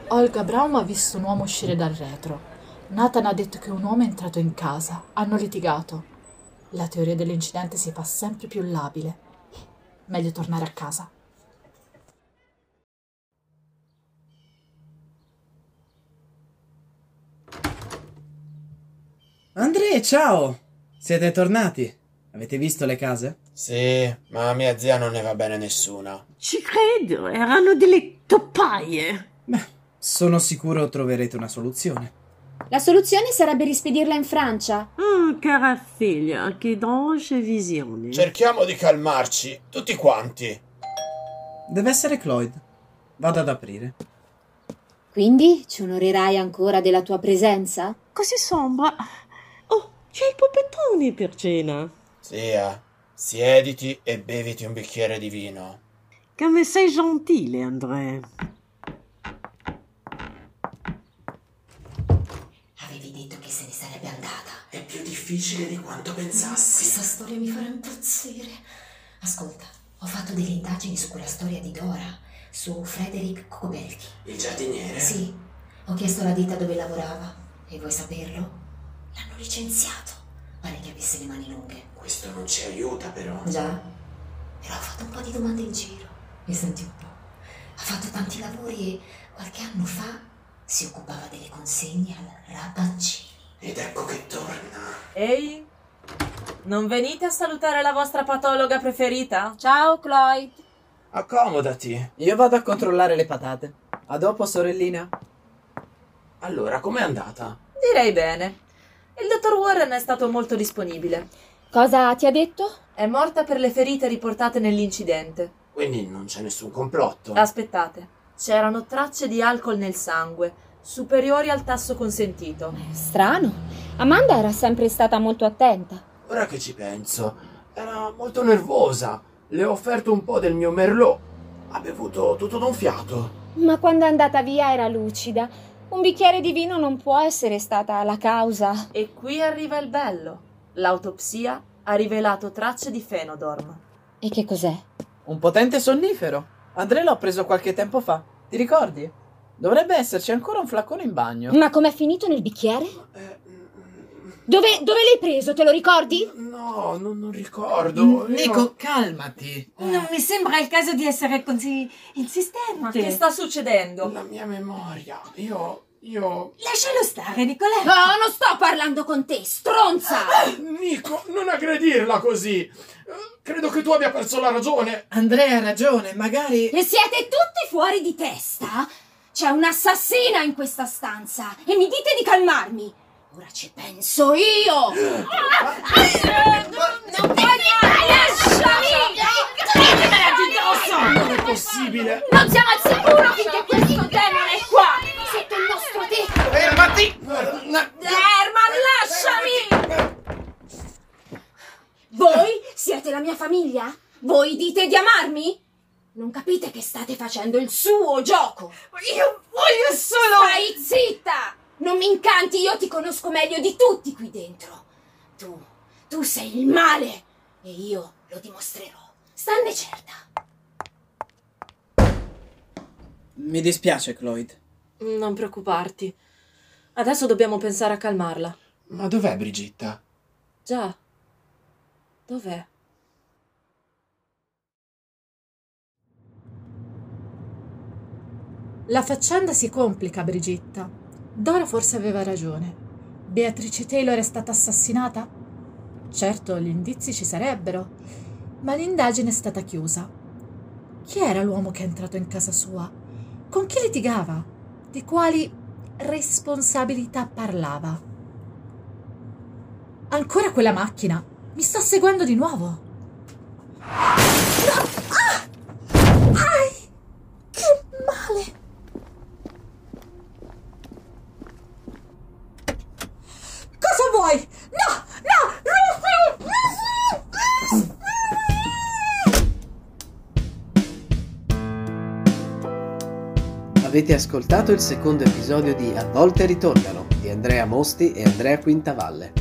S5: Olga Brown ha visto un uomo uscire dal retro. Nathan ha detto che un uomo è entrato in casa. Hanno litigato. La teoria dell'incidente si fa sempre più labile. Meglio tornare a casa.
S29: Andrea, ciao! Siete tornati? Avete visto le case?
S4: Sì, ma a mia zia non ne va bene nessuna.
S21: Ci credo, erano delle toppaie.
S29: Sono sicuro troverete una soluzione.
S30: La soluzione sarebbe rispedirla in Francia.
S21: Ah, cara figlia, che dolce visione.
S4: Cerchiamo di calmarci, tutti quanti.
S29: Deve essere Cloyd. Vado ad aprire.
S30: Quindi ci onorerai ancora della tua presenza?
S21: Così sombra. Oh, c'è il pupettone per cena.
S4: Zia, siediti e beviti un bicchiere di vino.
S21: Come sei gentile, Andrea.
S12: Avevi detto che se ne sarebbe andata.
S4: È più difficile di quanto pensassi.
S12: Questa storia mi farà impazzire. Ascolta, ho fatto delle indagini su quella storia di Dora, su Frederick Kobelki.
S4: Il giardiniere?
S12: Sì, ho chiesto alla ditta dove lavorava. E vuoi saperlo? L'hanno licenziato. Pare che avesse le mani lunghe.
S4: Questo non ci aiuta, però.
S12: Già, però ho fatto un po' di domande in giro. E senti un po'. Ha fatto tanti lavori e qualche anno fa si occupava delle consegne al Rabaccini.
S4: Ed ecco che torna.
S20: Ehi, non venite a salutare la vostra patologa preferita?
S31: Ciao, Chloe.
S4: Accomodati.
S2: Io vado a controllare le patate. A dopo, sorellina.
S4: Allora, com'è andata?
S20: Direi bene. Il dottor Warren è stato molto disponibile.
S30: Cosa ti ha detto?
S20: È morta per le ferite riportate nell'incidente.
S4: Quindi non c'è nessun complotto.
S20: Aspettate, c'erano tracce di alcol nel sangue, superiori al tasso consentito.
S30: Eh, Strano. Amanda era sempre stata molto attenta.
S4: Ora che ci penso, era molto nervosa. Le ho offerto un po' del mio merlot. Ha bevuto tutto d'un fiato.
S30: Ma quando è andata via era lucida. Un bicchiere di vino non può essere stata la causa.
S20: E qui arriva il bello. L'autopsia ha rivelato tracce di Fenodorm.
S30: E che cos'è?
S2: Un potente sonnifero. Andrea l'ho preso qualche tempo fa. Ti ricordi? Dovrebbe esserci ancora un flaccone in bagno.
S30: Ma com'è finito nel bicchiere? Dove, dove l'hai preso? Te lo ricordi?
S4: No, non, non ricordo.
S32: Nico, calmati.
S20: Non mi sembra il caso di essere così insistente. Ma che sta succedendo?
S4: La mia memoria. Io. Io.
S20: Lascialo stare, Nicoletta.
S12: No, non sto parlando con te, stronza!
S4: Nico, non aggredirla così. Eh, Credo che tu abbia perso la ragione.
S32: Andrea ha ragione, magari.
S12: E siete tutti fuori di testa? C'è un'assassina in questa stanza e mi dite di calmarmi. Ora ci
S32: (gasps)
S12: penso io. Ah, Non puoi
S4: Non è possibile.
S12: Non siamo al sicuro finché questo demone è qua. Siete il nostro tetto.
S4: Fermati!
S12: Herman, lasciami! Voi siete la mia famiglia? Voi dite di amarmi? Non capite che state facendo il suo gioco? Io voglio solo... Stai zitta! Non mi incanti, io ti conosco meglio di tutti qui dentro. Tu, tu sei il male e io lo dimostrerò. Stanne certo. certa.
S2: Mi dispiace, Cloyd.
S20: Non preoccuparti. Adesso dobbiamo pensare a calmarla.
S4: Ma dov'è Brigitta?
S20: Già. Dov'è?
S5: La faccenda si complica, Brigitta. Dora forse aveva ragione. Beatrice Taylor è stata assassinata? Certo, gli indizi ci sarebbero, ma l'indagine è stata chiusa. Chi era l'uomo che è entrato in casa sua? Con chi litigava? Di quali responsabilità parlava? Ancora quella macchina! Mi sta seguendo di nuovo!
S12: Che male!
S27: Cosa vuoi? No, no, Rufio! Rufio!
S33: Avete ascoltato il secondo episodio di A volte ritornano di Andrea Mosti e Andrea Quintavalle.